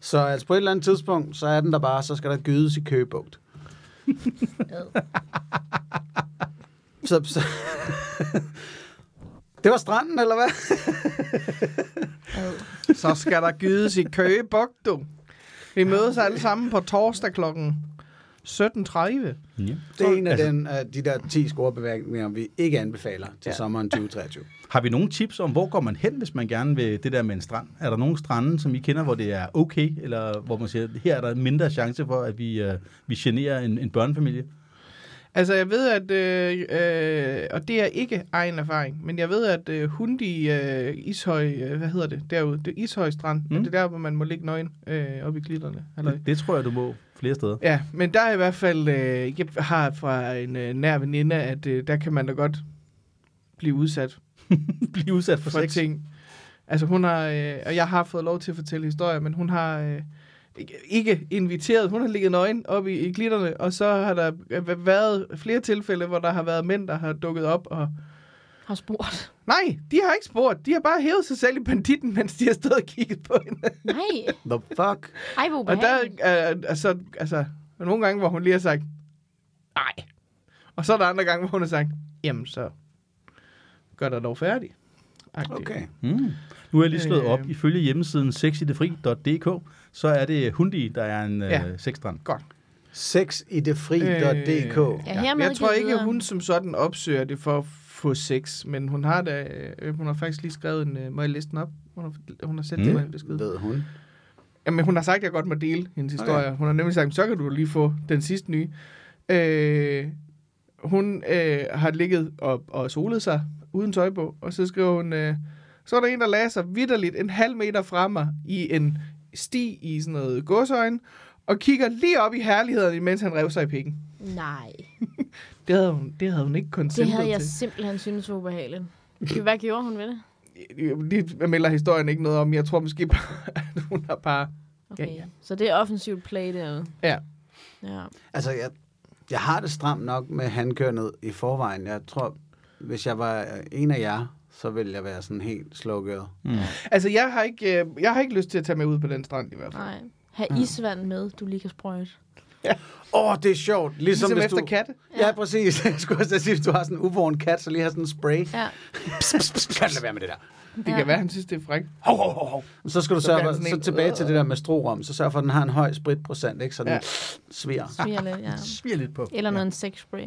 Så altså på et eller andet tidspunkt, så er den der bare, så skal der gydes i køgebugt. så, så. det var stranden, eller hvad? Så skal der gydes i Køge Bugt, du. Vi mødes alle sammen på torsdag klokken 17.30. Ja. Det er en af Altså- den, af de der 10 scorebevægninger, vi ikke anbefaler til Ja. ja. sommeren 2023. Har vi nogle tips om, hvor går man hen, hvis man gerne vil det der med en strand? Er der nogle strande, som I kender, hvor det er okay, eller hvor man siger, her er der mindre chance for, at vi, øh, vi generer en, en børnefamilie? Altså, jeg ved, at... Øh, øh, og det er ikke egen erfaring, men jeg ved, at øh, Hundi øh, Ishøj... Øh, hvad hedder det derude? Det er Ishøj Strand. Mm. Mm. Det er der, hvor man må ligge nøgen øh, oppe i klitterne. Eller, Det, det tror jeg, du må flere steder. Ja, men der er i hvert fald, øh, jeg har fra en øh, nær veninde, at øh, der kan man da godt blive udsat Blive udsat for, for sex. ting. Altså hun har, øh, og jeg har fået lov til at fortælle historier, men hun har øh, ikke- ikke inviteret, hun har ligget nøgen op i, i glitterne, og så har der øh, været flere tilfælde, hvor der har været mænd, der har dukket op, og Har spurgt. nej, de har ikke spurgt, de har bare hævet sig selv i banditten, mens de har stået og kigget på hende. Nej, The fuck? ej hvor Og der, ubehageligt. øh, altså, altså, nogle gange, hvor hun lige har sagt, nej. Og så er der andre gange, hvor hun har sagt, jamen så gør dig dog færdig. Agtigt. Okay. Mm. Nu er jeg lige slået Øh. op. Ifølge hjemmesiden sexidefri.dk, så er det Hundi, der er en øh, Ja. ja. sexstrand. Godt. Sexidefri.dk Ja, Ja, hermed jeg tror givet ikke, videre. hun som sådan opsøger det for at få sex, men hun har da, øh, hun har faktisk lige skrevet en, øh, må jeg læse den op? Hun har, hun har sendt mm. Mm. mig en besked. ved hun. Jamen, hun har sagt, at jeg godt må dele hendes Okay. historie. Hun har nemlig sagt, så kan du lige få den sidste nye. Øh, hun øh, har ligget og, og solet sig uden tøj på, og så skriver hun, øh, så er der en, der lagde sig vidderligt en halv meter fra mig i en sti i sådan noget godsøjen, og kigger lige op i herlighederne, mens han rev sig i pikken. Nej, Det havde hun, det havde hun ikke det konsentet havde jeg til. simpelthen synes var ubehageligt. Hvad gjorde hun ved det? Det melder historien ikke noget om. Jeg tror måske bare, at hun har bare... Okay. Ja, ja. Så det er offensivt play derude. Ja. Ja. Altså, jeg, jeg har det stramt nok med handkørnet i forvejen. Jeg tror, hvis jeg var en af jer, så ville jeg være sådan helt slukket. Mm. Altså, jeg har, ikke, øh, jeg har ikke lyst til at tage med ud på den strand i hvert fald. Nej. Ha' Mm. isvand med, du lige kan sprøjte. Åh, det er sjovt. Ligesom, Ligesom, ligesom hvis efter du... du... katte. Ja, ja præcis. Jeg skulle også sige, hvis du har sådan en uvorn kat, så lige har sådan en spray. Ja. Ja. Kan det være med det der? Det Ja. kan være, han synes, det er frækt. Hov, hov, hov, hov. Så skal du Så sørge bliver for, den sådan så en- tilbage til det der med strorum, så sørg for, at den har en høj spritprocent, ikke? Så den Ja. ja. sviger. Sviger lidt, ja. Sviger lidt på. Eller noget ja. en sexspray.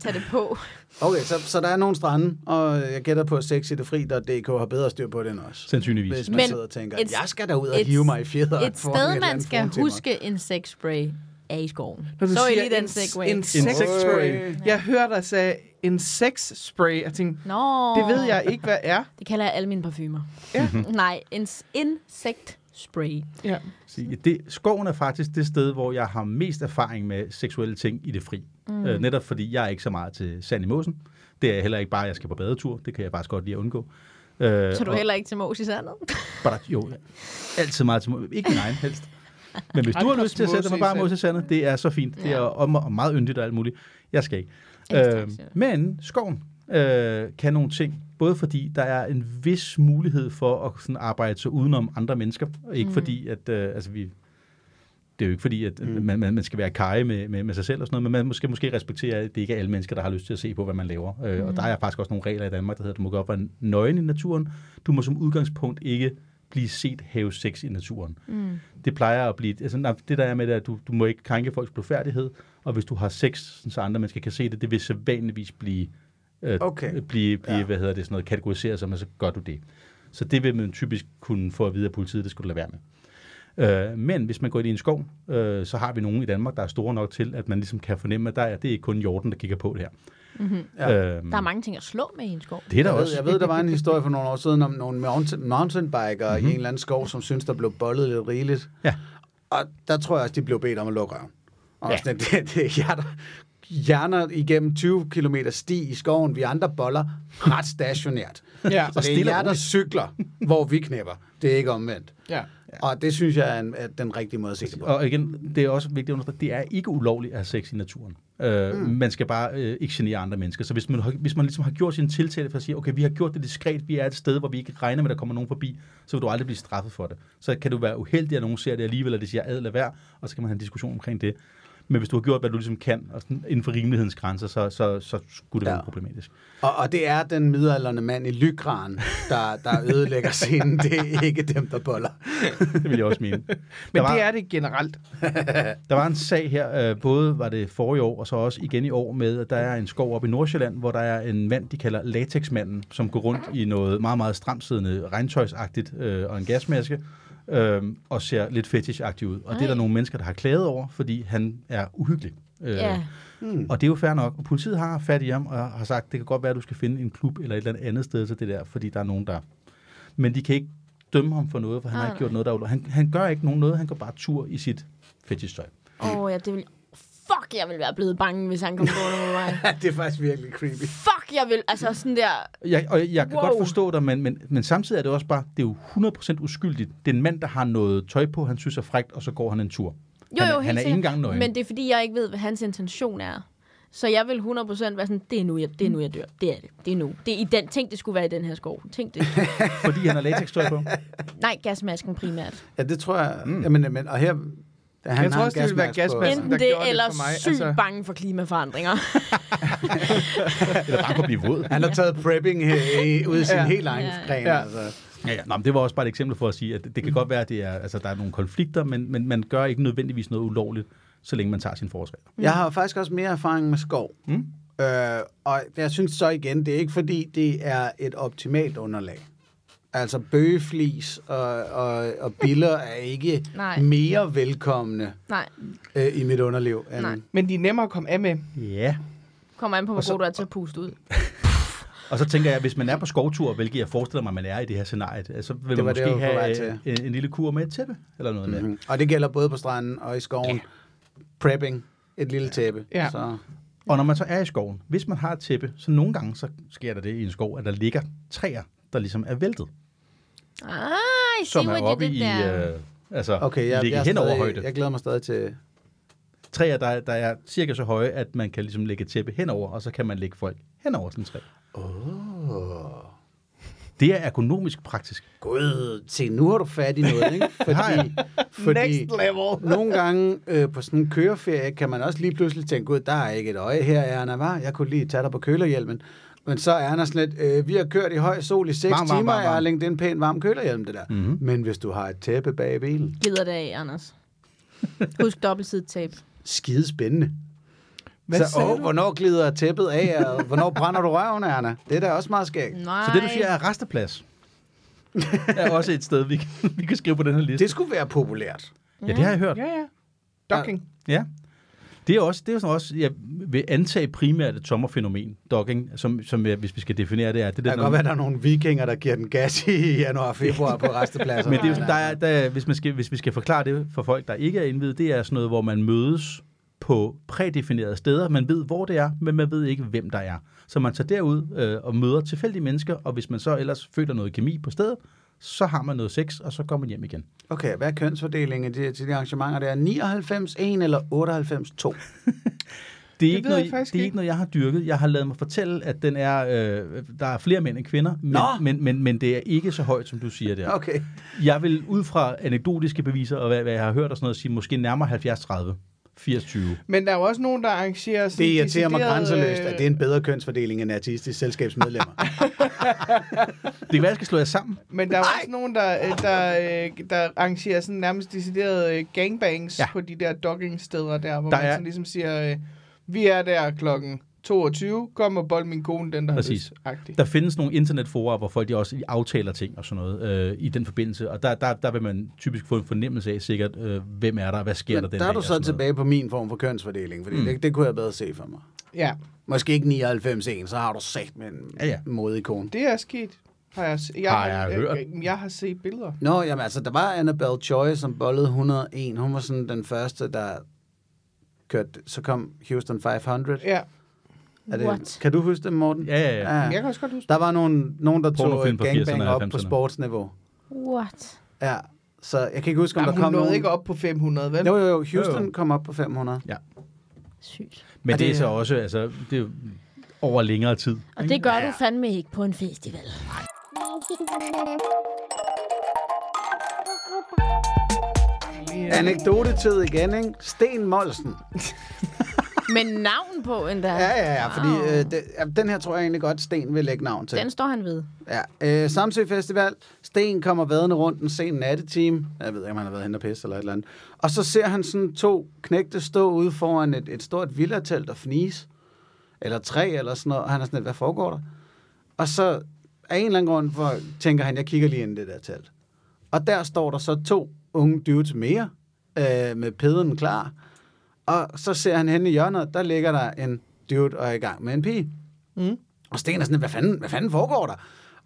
Tag det på. Okay, så, så der er nogle strande, og jeg gætter på, at sexidefri.dk har bedre styr på det end os. Sandsynligvis. Hvis man Men sidder og tænker, et- jeg skal da ud og et- hive mig i fjeder. Et sted, man skal huske en sexspray, er i skoven. Når du Så er I siger lige den ins- segway. Insektspray. Oi. Jeg hørte dig sagde insektspray. Jeg tænkte, Nå, det ved jeg ikke, hvad er. Det kalder jeg alle mine parfumer. Ja. Nej, ins- insektspray. Ja. Sige, Det, skoven er faktisk det sted, hvor jeg har mest erfaring med seksuelle ting i det fri. Mm. Øh, netop fordi jeg er ikke så meget til sand i måsen. Det er jeg heller ikke bare, at jeg skal på badetur. Det kan jeg faktisk godt lide at undgå. Øh, Så du og- heller ikke til mos i sandet? Mm. Bare, jo, altid meget til mos. Ikke min egen helst. Men hvis du Andre har lyst til at sætte mose mig i bare mos i sandet, det er så fint. Det er om, og meget yndigt og alt muligt. Jeg skal ikke. Ingen Øh, stress, ja. men skoven øh, kan nogle ting, både fordi der er en vis mulighed for at sådan arbejde sig udenom andre mennesker. og Ikke mm. fordi, at øh, altså vi, det er jo ikke fordi, at mm. man, man, man skal være kaj med, med, med sig selv og sådan noget, men man måske, måske respektere, at det ikke er alle mennesker, der har lyst til at se på, hvad man laver. Øh, Og der er faktisk også nogle regler i Danmark, der hedder, at du må gå op og være nøgen i naturen. Du må som udgangspunkt ikke blive set have sex i naturen. Mm. Det plejer at blive... Altså, nej, det der er med det, er, at du, du må ikke krænke folks blufærdighed, og hvis du har sex, sådan så andre mennesker kan se det, det vil så vanligvis blive... Øh, Okay. blive, blive Ja. ja. hvad hedder det, sådan noget, kategoriseret som, at så gør du det. Så det vil man typisk kunne få at vide af politiet, det skulle du lade være med. Øh, men hvis man går ind i en skov, øh, så har vi nogen i Danmark, der er store nok til, at man ligesom kan fornemme, at der er, det er ikke kun jorden, der kigger på det her. Mm-hmm. Ja. Øh, Der er mange ting at slå med i en skov. det er der Jeg ved, også. jeg ved, der var en historie for nogle år siden om nogle mountain, mountainbikere mm-hmm. i en eller anden skov, som syntes, der blev bollet lidt rigeligt. Mhm. Ja. Og der tror jeg også, de blev bedt om at lukke røven. Og Ja. ja. sådan, det, det er jer, der hjerner igennem 20 km sti i skoven. Vi andre boller ret stationært. Ja. Så det er stille og jer, der roligt. cykler, hvor vi knæpper. Det er ikke omvendt. ja. Og det synes jeg er, en, er den rigtige måde at se det på. Og igen, det er også vigtigt at understrege, det er ikke ulovligt at have sex i naturen. Øh, mm. Man skal bare øh, ikke genere andre mennesker. Så hvis man, har- hvis man ligesom har gjort sin tiltale for at sige, okay, vi har gjort det diskret, vi er et sted, hvor vi ikke regner med, at der kommer nogen forbi, så vil du aldrig blive straffet for det. Så kan du være uheldig, at nogen ser det alligevel, og det siger adel er værd, og så kan man have en diskussion omkring det. Men hvis du har gjort, hvad du ligesom kan, og sådan inden for rimelighedens grænser, så, så, så skulle det ja. Ja. være problematisk. Og, og det er den midalderne mand i lykran, der, der ødelægger scenen. Det er ikke dem, der boller. Det vil jeg også mene. Men Men det er det generelt. Der var en sag her, øh, både var det forrige år, og så også igen i år med, at der er en skov oppe i Nordsjælland, hvor der er en mand, de kalder latexmanden, som går rundt i noget meget, meget stramsiddende regntøjsagtigt øh, og en gasmaske, øh, og ser lidt fetishagtig ud. Og det er der Ej. nogle mennesker, der har klaget over, fordi han er uhyggelig. Øh, Ja. Mm. Og det er jo fair nok. Og politiet har fat i ham og har sagt, det kan godt være, at du skal finde en klub eller et eller andet andet sted til det der, fordi der er nogen, der... Men de kan ikke dømme ham for noget, for han Nej, har nej. ikke gjort noget, der er ulovligt. Han, han gør ikke nogen noget, han går bare tur i sit fetishtøj. Åh, oh, ja, det vil... Fuck, jeg vil være blevet bange, hvis han kom gående med mig. Ja, det er faktisk virkelig creepy. Fuck, jeg vil... Altså sådan der... Jeg, og jeg kan wow. Wow. godt forstå dig, men, men, men samtidig er det også bare, det er jo 100% uskyldigt. Det er en mand, der har noget tøj på, han synes er frækt, og så går han en tur. Jo, han, er- jo, helt han er ikke sikkert. engang nøgen. Men det er, fordi jeg ikke ved, hvad hans intention er. Så jeg vil 100% være sådan, det er nu, jeg, det er nu, jeg dør. Det er det. Det er nu. Det er i den... Tænk, det skulle være i den her skov. Tænk det. Fordi han har latextøj på. Nej, gasmasken primært. Ja, det tror jeg. Mm. Jamen, men, og her... Han tror har en også, det ville være gasmask på. gasmask. Altså, Enten der gjorde det, det eller for mig, sygt altså. altså... bange for klimaforandringer. Eller bare for at blive våd. Han har taget prepping øh, i- ud i sin Ja. ja. helt egen Ja. gren, Ja. altså. Ja, ja. Nå, men det var også bare et eksempel for at sige, at det, Mm. det kan godt være, at det er, altså, der er nogle konflikter, men, men man gør ikke nødvendigvis noget ulovligt, så længe man tager sine forholdsregler. Jeg har faktisk også mere erfaring med skov. Mm. Øh, og jeg synes så igen, det er ikke fordi, det er et optimalt underlag. Altså bøgeflis og, og, og biller er ikke Nej. mere velkomne Nej, øh, i mit underliv. End, Nej. Men de er nemmere at komme af med. Ja. kommer an på, hvor Og så- god du er til at puste ud. Og så tænker jeg, hvis man er på skovtur, hvilket jeg forestiller mig, man er i det her scenarie, øh, så vil var man det, jeg måske var på vej have til. øh, en, en lille kur med et tæppe, eller noget mm-hmm. Mm. Og det gælder både på stranden og i skoven. Prepping, et lille tæppe. Ja. Så. Og når man så er i skoven, hvis man har et tæppe, så nogle gange så sker der det i en skov, at der ligger træer, der ligesom er væltet, Ah, I see som er what you oppe did i, there. øh, altså Okay, jeg, ligge jeg, er hen over stadig, højde. jeg glæder mig stadig til... Træer, der, der er cirka så høje, at man kan ligesom lægge et tæppe henover, og så kan man lægge folk henover sådan et træ. Oh. Det er økonomisk praktisk. Gud, se, nu har du fat i noget, ikke? Fordi, fordi Next level. nogle gange øh, på sådan en køreferie kan man også lige pludselig tænke, gud, der er ikke et øje her, Erna, var. Jeg kunne lige tage dig på kølerhjelmen. Men så er Erna sådan lidt, øh, vi har kørt i høj sol i 6 Varm, varm, timer, varm, Mhm. varm. Erling, det er en pæn varm kølerhjelm, det der. Mm-hmm. Men hvis du har et tæppe bag i bilen, Gider det af, Anders. Husk dobbeltsidet tape. skide spændende. Hvad så, sagde åh, du? hvornår glider tæppet af, og hvornår brænder du røven, Erna? Det er da også meget skægt. Nej. Så det, du siger, er resteplads. er også et sted, vi kan, vi kan skrive på den her liste. Det skulle være populært. Ja, det har jeg hørt. Ja, ja. Docking. Ja. Det er også, det er sådan også, jeg vil antage primært et sommerfænomen, dogging, som, som jeg, hvis vi skal definere det, er det Det der, kan godt være, at der er nogle vikinger, der giver den gas i januar og februar på restepladser. Men det er jo sådan, der er, der, er- hvis, man skal, hvis vi skal forklare det for folk, der ikke er indvidet, det er sådan noget, hvor man mødes på prædefinerede steder. Man ved, hvor det er, men man ved ikke, hvem der er. Så man tager derud øh, og møder tilfældige mennesker, og hvis man så ellers føler noget kemi på stedet, så har man noget sex, og så går man hjem igen. Okay, hvad er kønsfordelingen til, til de arrangementer der? 99 1 eller 98 2? Det er, Det ikke ved noget, jeg faktisk det er ikke ikke. noget, jeg har dyrket. Jeg har lavet mig fortælle, at den er, øh, der er flere mænd end kvinder, men, Nå! men, men, men det er ikke så højt, som du siger der. Okay. Jeg vil ud fra anekdotiske beviser og hvad, hvad jeg har hørt og sådan noget, sige måske nærmere 70-30, 80-20. Men der er jo også nogen, der arrangerer... Det sådan irriterer mig decideret, grænseløst, øh, at det er en bedre kønsfordeling end artistisk selskabsmedlemmer. Det kan være, jeg skal slå jer sammen. Men der er jo også nogen, der, øh, der, øh, der arrangerer sådan nærmest deciderede øh, gangbangs Ja. ja. på de der doggingsteder der, hvor Der der man er- sådan ligesom siger, øh, vi er der klokken 22, kom og bold min kone, den der Præcis. har lyst. Der findes nogle internetforer, hvor folk de også aftaler ting og sådan noget øh, i den forbindelse, og der, der, der vil man typisk få en fornemmelse af sikkert, øh, hvem er der, hvad sker der Men den der er dag du og så sådan noget. tilbage på min form for kønsfordeling, fordi mm. det, det kunne jeg bedre se for mig. Ja, Måske ikke 99 1, så har du sagt med en Ja, ja. modig kone. det er sket. Har jeg, se- jeg, øh, Har jeg hørt. Jeg, jeg har set billeder. Nå, jamen altså, der var Annabelle Choi, som bollede 101. Hun var sådan den første, der kørte. Så kom Houston 500. Ja, Er det, What? Kan du huske det, Morten? Ja, ja, ja. ja. jeg kan også godt huske. Der var nogen, nogen der tog Pornofilm et fra gangbang 80'erne og op på 90'erne. sportsniveau. What? Ja, så jeg kan ikke huske, om Jamen, der kom hun nåede nogen... ikke op på 500, vel? Jo, jo, jo. Houston Jo, jo. kom op på 500. Sygt. Men Og det er det- så også altså, det er jo over længere tid. Og det gør du fandme ikke på en festival. Ja. Anekdotetid igen, ikke? Sten Molsen. Men navn på endda. Ja, ja, ja, fordi Wow. øh, det, ja, den her tror jeg egentlig godt, Sten vil lægge navn til. Den står han ved. Ja. Øh, Samsø Festival. Sten kommer vadende rundt en sen nattetime. Jeg ved ikke, om han har været hen og pisse eller et eller andet. Og så ser han sådan to knægte stå ude foran et, et stort villatelt og fnise. Eller tre eller sådan noget. Og han er sådan lidt, hvad foregår der? Og så af en eller anden grund hvor, tænker han, jeg kigger lige ind i det der telt. Og der står der så to unge dudes mere, øh, med peden klar. Og så ser han hen i hjørnet, der ligger der en dude og er i gang med en pige. Mm. Og Sten er sådan, hvad fanden, hvad fanden foregår der?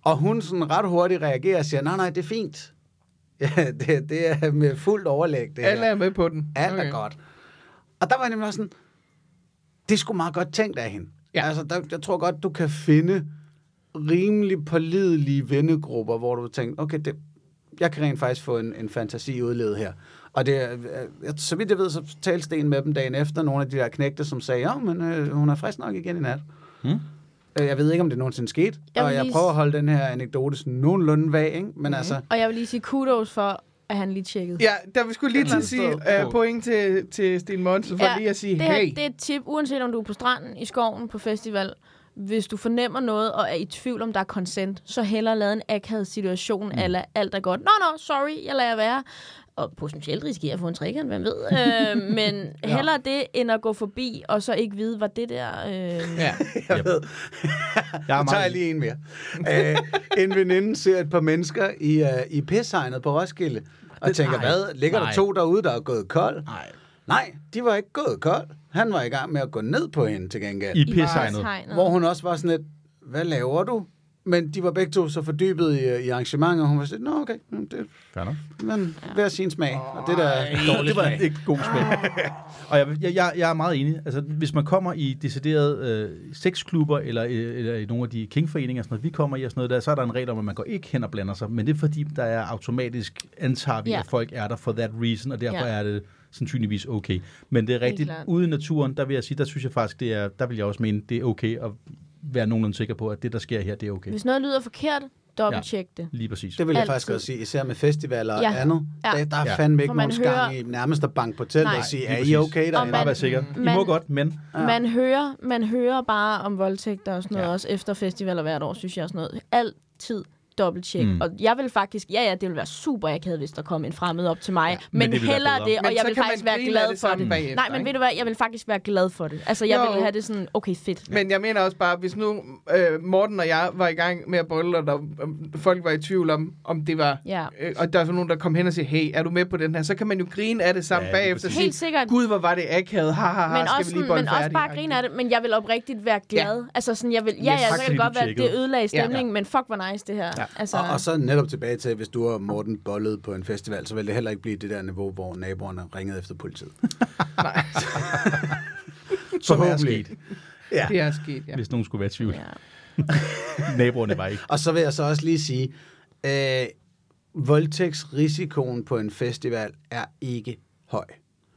Og hun sådan ret hurtigt reagerer og siger, nej, nej, det er fint. Ja, det, det er med fuldt overlæg, det her. Alle er med på den. Alt okay. er godt. Og der var jeg nemlig også sådan, det skulle meget godt tænkt af hende. Ja. Ja. Altså, der, jeg tror godt, du kan finde rimelig pålidelige vennegrupper, hvor du tænker, okay, det, jeg kan rent faktisk få en, en fantasi udlevet her. Og det, er- øh, så vidt jeg ved, så talte Sten med dem dagen efter, nogle af de der knægte, som sagde, ja, men øh, hun er frisk nok igen i nat. Hmm. Øh, Jeg ved ikke, om det nogensinde skete, Jeg og vil jeg lige s- Mhm. prøver at holde den her anekdote sådan nogenlunde vag, ikke? men altså, Og jeg vil lige sige kudos for, at han lige tjekkede. Ja, der vi skulle lige Et til eller at andet sige sted. uh, point til, til Sten Monsen, for ja, lige at sige, det, her, hey, det er et tip, uanset om du er på stranden, i skoven, på festival. Hvis du fornemmer noget og er i tvivl om, der er consent, så hellere lad en akavet situation, mm. eller alt er godt. Nå, nå, sorry, jeg lader være. Og potentielt risikerer jeg at få en trekant, hvem ved. øh, men hellere det, end at gå forbi, og så ikke vide, hvad det der... Øh... ja. jeg ved, Jeg er Nu tager jeg meget, lige en mere. Æh, en veninde ser et par mennesker i, uh, i pishegnet på Roskilde, og Det- tænker, nej, hvad, ligger der nej. to derude, der er gået kold? nej, Nej, de var ikke gået kold. Han var i gang med at gå ned på hende til gengæld. i I pishegnet. vartegnet. Hvor hun også var sådan lidt, hvad laver du? Men de var begge to så fordybet i, i arrangementet, og hun var sådan, nå okay, mm, det, Fair nok. men hver sin smag, og det der er dårlig det var smag. ikke god smag. og jeg, jeg, jeg, jeg er meget enig. Altså, hvis man kommer i deciderede øh, sexklubber, eller, øh, eller i nogle af de kingforeninger, og sådan noget, vi kommer i og sådan noget der, så er der en regel om, at man går ikke hen og blander sig. Men det er fordi, der er automatisk, antager vi, Ja. at folk er der for that reason, og derfor Ja. er det sandsynligvis okay. Men det er rigtigt, klart. ude i naturen, der vil jeg sige, der synes jeg faktisk, det er, der vil jeg også mene, det er okay at være nogenlunde sikker på, at det, der sker her, det er okay. Hvis noget lyder forkert, dobbelttjek det. Lige præcis. Det vil jeg Altid. faktisk også sige, især med festivaler og Ja. andet. Ja. Der, der er Ja. fandme For ikke man nogen skam hører- i nærmest at banke på telt Nej, og sige, lige er I præcis. okay derinde? Og Bare man- være sikker. I må man- godt, men... Man hører, man hører bare om voldtægter og sådan noget, Ja. ja. også efter festivaler hvert år, synes jeg også noget. Altid dobbelttjek. Mm. Mm. Og jeg vil faktisk, ja ja, det ville være super akavet, hvis der kom en fremmed op til mig. Ja, men det men ville være hellere bedre. det, og Men jeg så vil kan faktisk man være grine af glad det for sammen det. bagefter, Nej, men ikke? ved du hvad, jeg vil faktisk være glad for det. Altså, jeg Jo. vil have det sådan, okay, fedt. Men jeg mener også bare, hvis nu øh, Morten og jeg var i gang med at bolle, og der, øh, folk var i tvivl om, om det var... Ja. Øh, og der var nogen, der kom hen og sagde, hey, er du med på den her? Så kan man jo grine af det sammen Ja, ja, lige bagefter og Helt sige, sikkert. gud, hvor var det akavet, ha, ha, ha, men Ah, skal også, vi lige sådan, bolle men også bare færdig?" grine af det, men jeg vil oprigtigt være glad. Ja. Altså sådan, jeg vil, ja, Yes, ja, tak, fordi så kan det du godt være, at det tjekkede. ødelagde Ja. stemningen, ja. men fuck, hvor nice det her. Ja. Altså, Og, og så netop tilbage til, hvis du og Morten bollede på en festival, så ville det heller ikke blive det der niveau, hvor naboerne ringede efter politiet. Nej, Så var Forhåbentlig. sket, Ja. det er sket, ja. hvis nogen skulle være i tvivl. ja. Naboerne var ikke. Og så vil jeg så også lige sige, øh, voldtægtsrisikoen på en festival er ikke høj.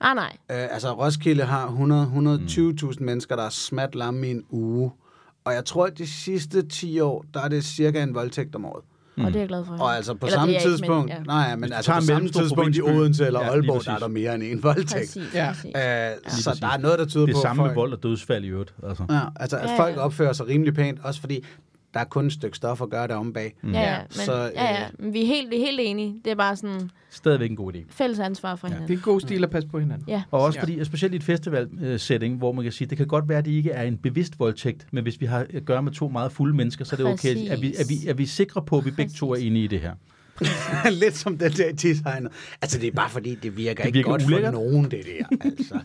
Ah, nej. Øh, altså Roskilde har 100-120.000 mm. mennesker, der er smat lamme i en uge. Og jeg tror, at de sidste 10 år, der er det cirka en voldtægt om året. Og det er jeg glad for. Og altså på Mm. Eller samme det er jeg ikke, men tidspunkt, ja. nej, men du altså tager på en samme mellemstor tidspunkt i provinsby- Odense eller Ja, lige Aalborg, præcis. der er der mere end en voldtægt. Præcis, Ja. ja. præcis. Øh, så præcis. der er noget, der tyder Det på, er samme at med folk... vold og dødsfald i øvrigt. Altså. Ja, altså at Ja, folk ja. opfører sig rimelig pænt, også fordi der er kun et stykke stof at gøre det om bag. Ja, ja, men, Så, så, øh, ja, ja. Men vi er helt, helt enige. Det er bare sådan Stadigvæk en god idé. fælles ansvar for hinanden. Det er god stil at passe på hinanden. Ja. Og også Ja. fordi, specielt i et festivalsetting, hvor man kan sige, det kan godt være, at det ikke er en bevidst voldtægt, men hvis vi har at gøre med to meget fulde mennesker, så er det okay, Præcis. at vi, at vi, at vi er sikre på, at vi begge to er enige i det her. Lidt som den der designer. Altså, det er bare fordi, det virker, det virker ikke virker godt ulækkert. for nogen, det der. Altså.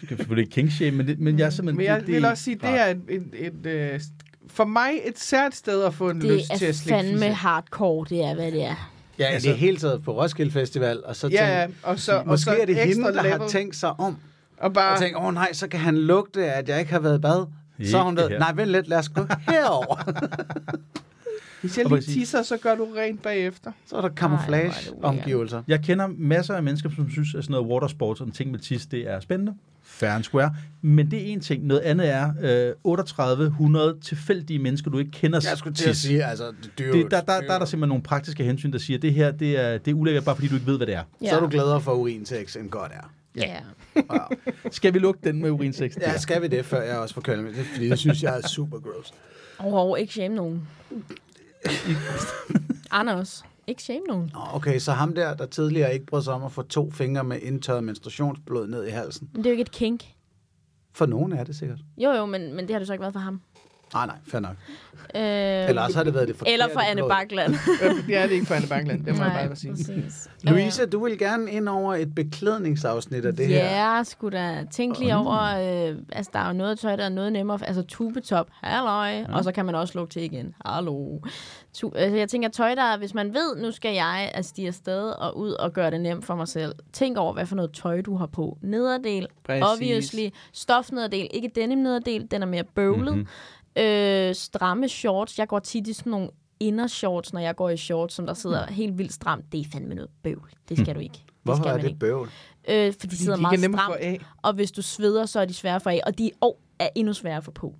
Det er selvfølgelig ikke kingshame, men, det, men jeg er simpelthen... Men jeg det, vil også sige, det er et, et, et, øh, for mig et særligt sted at få en Det lyst til er at slikke fandme fisse. hardcore, det er, hvad det er. Ja, altså, altså- det er hele taget på Roskilde Festival, og så tænker, Ja, ja, og så, og måske så er det ekstra hende, der level, Ah. har tænkt sig om. og Og bare, tænkt, åh oh, nej, så kan han lugte, at jeg ikke har været i bad. Så Ikke har hun ved, her. nej, vent lidt, lad os gå herover. hvis jeg Og bare lige sige- tisser, så gør du rent bagefter. Så er der Ej, hvor er det camouflage-omgivelser. Jeg kender masser af mennesker, som synes, at sådan noget watersports og ting med tis, det er spændende. Fair and square. Men det er en ting. Noget andet er øh, 38, 100 tilfældige mennesker, du ikke kender Jeg skulle til at tis. sige, altså, det er jo det, der, der, der er der simpelthen nogle praktiske hensyn, der siger, at det her det er, det er ulækkert, bare fordi du ikke ved, hvad det er. Så er du gladere for urinsex, end godt er. Ja. ja. Skal vi lukke den med urinsex? Ja, skal vi det, før jeg også får kørt med det, fordi det synes jeg er super gross. Og, og ikke shame nogen. Anders, ikke shame nogen. Nå, Okay, så ham der, der tidligere ikke brød sig om at få to fingre med indtørret menstruationsblod ned i halsen. Men det er jo ikke et kink. For nogen er det sikkert. Ah, Jo, jo, men, men det har det så ikke været for ham. Nej, nej, fair nok. Øh, Eller også har det været det forkerte eller for Anne blod. Bakland. Øh, det er det ikke for Anne Bankland, det må jeg Nej, bare sige. præcis. Louise, du vil gerne ind over et beklædningsafsnit af det ja, her. Ja, sgu da. Tænk lige over, øh, altså der er jo noget tøj, der er noget nemmere. Altså tubetop, halløj. Ja. Og så kan man også lukke til igen. Hallo. Tu- altså, jeg tænker tøj, der er- hvis man ved, nu skal jeg at stige afsted og ud og gøre det nemt for mig selv. Tænk over, hvad for noget tøj, du har på. Nederdel, Præcis. obviously. Stofnederdel, ikke denim nederdel, den er mere bøvlet. Mhm. Mm-hmm. Øh, stramme shorts. Jeg går tit i sådan nogle inner shorts, når jeg går i shorts, som der sidder helt vildt stramt. Det er fandme noget bøvl. Det skal du ikke. Det Mm. Hm. Hvorfor skal er man det ikke. bøvl? Øh, for de sidder de meget kan nemt få stramt, af. og hvis du sveder, så er de svære for af, og de og er endnu sværere at få på.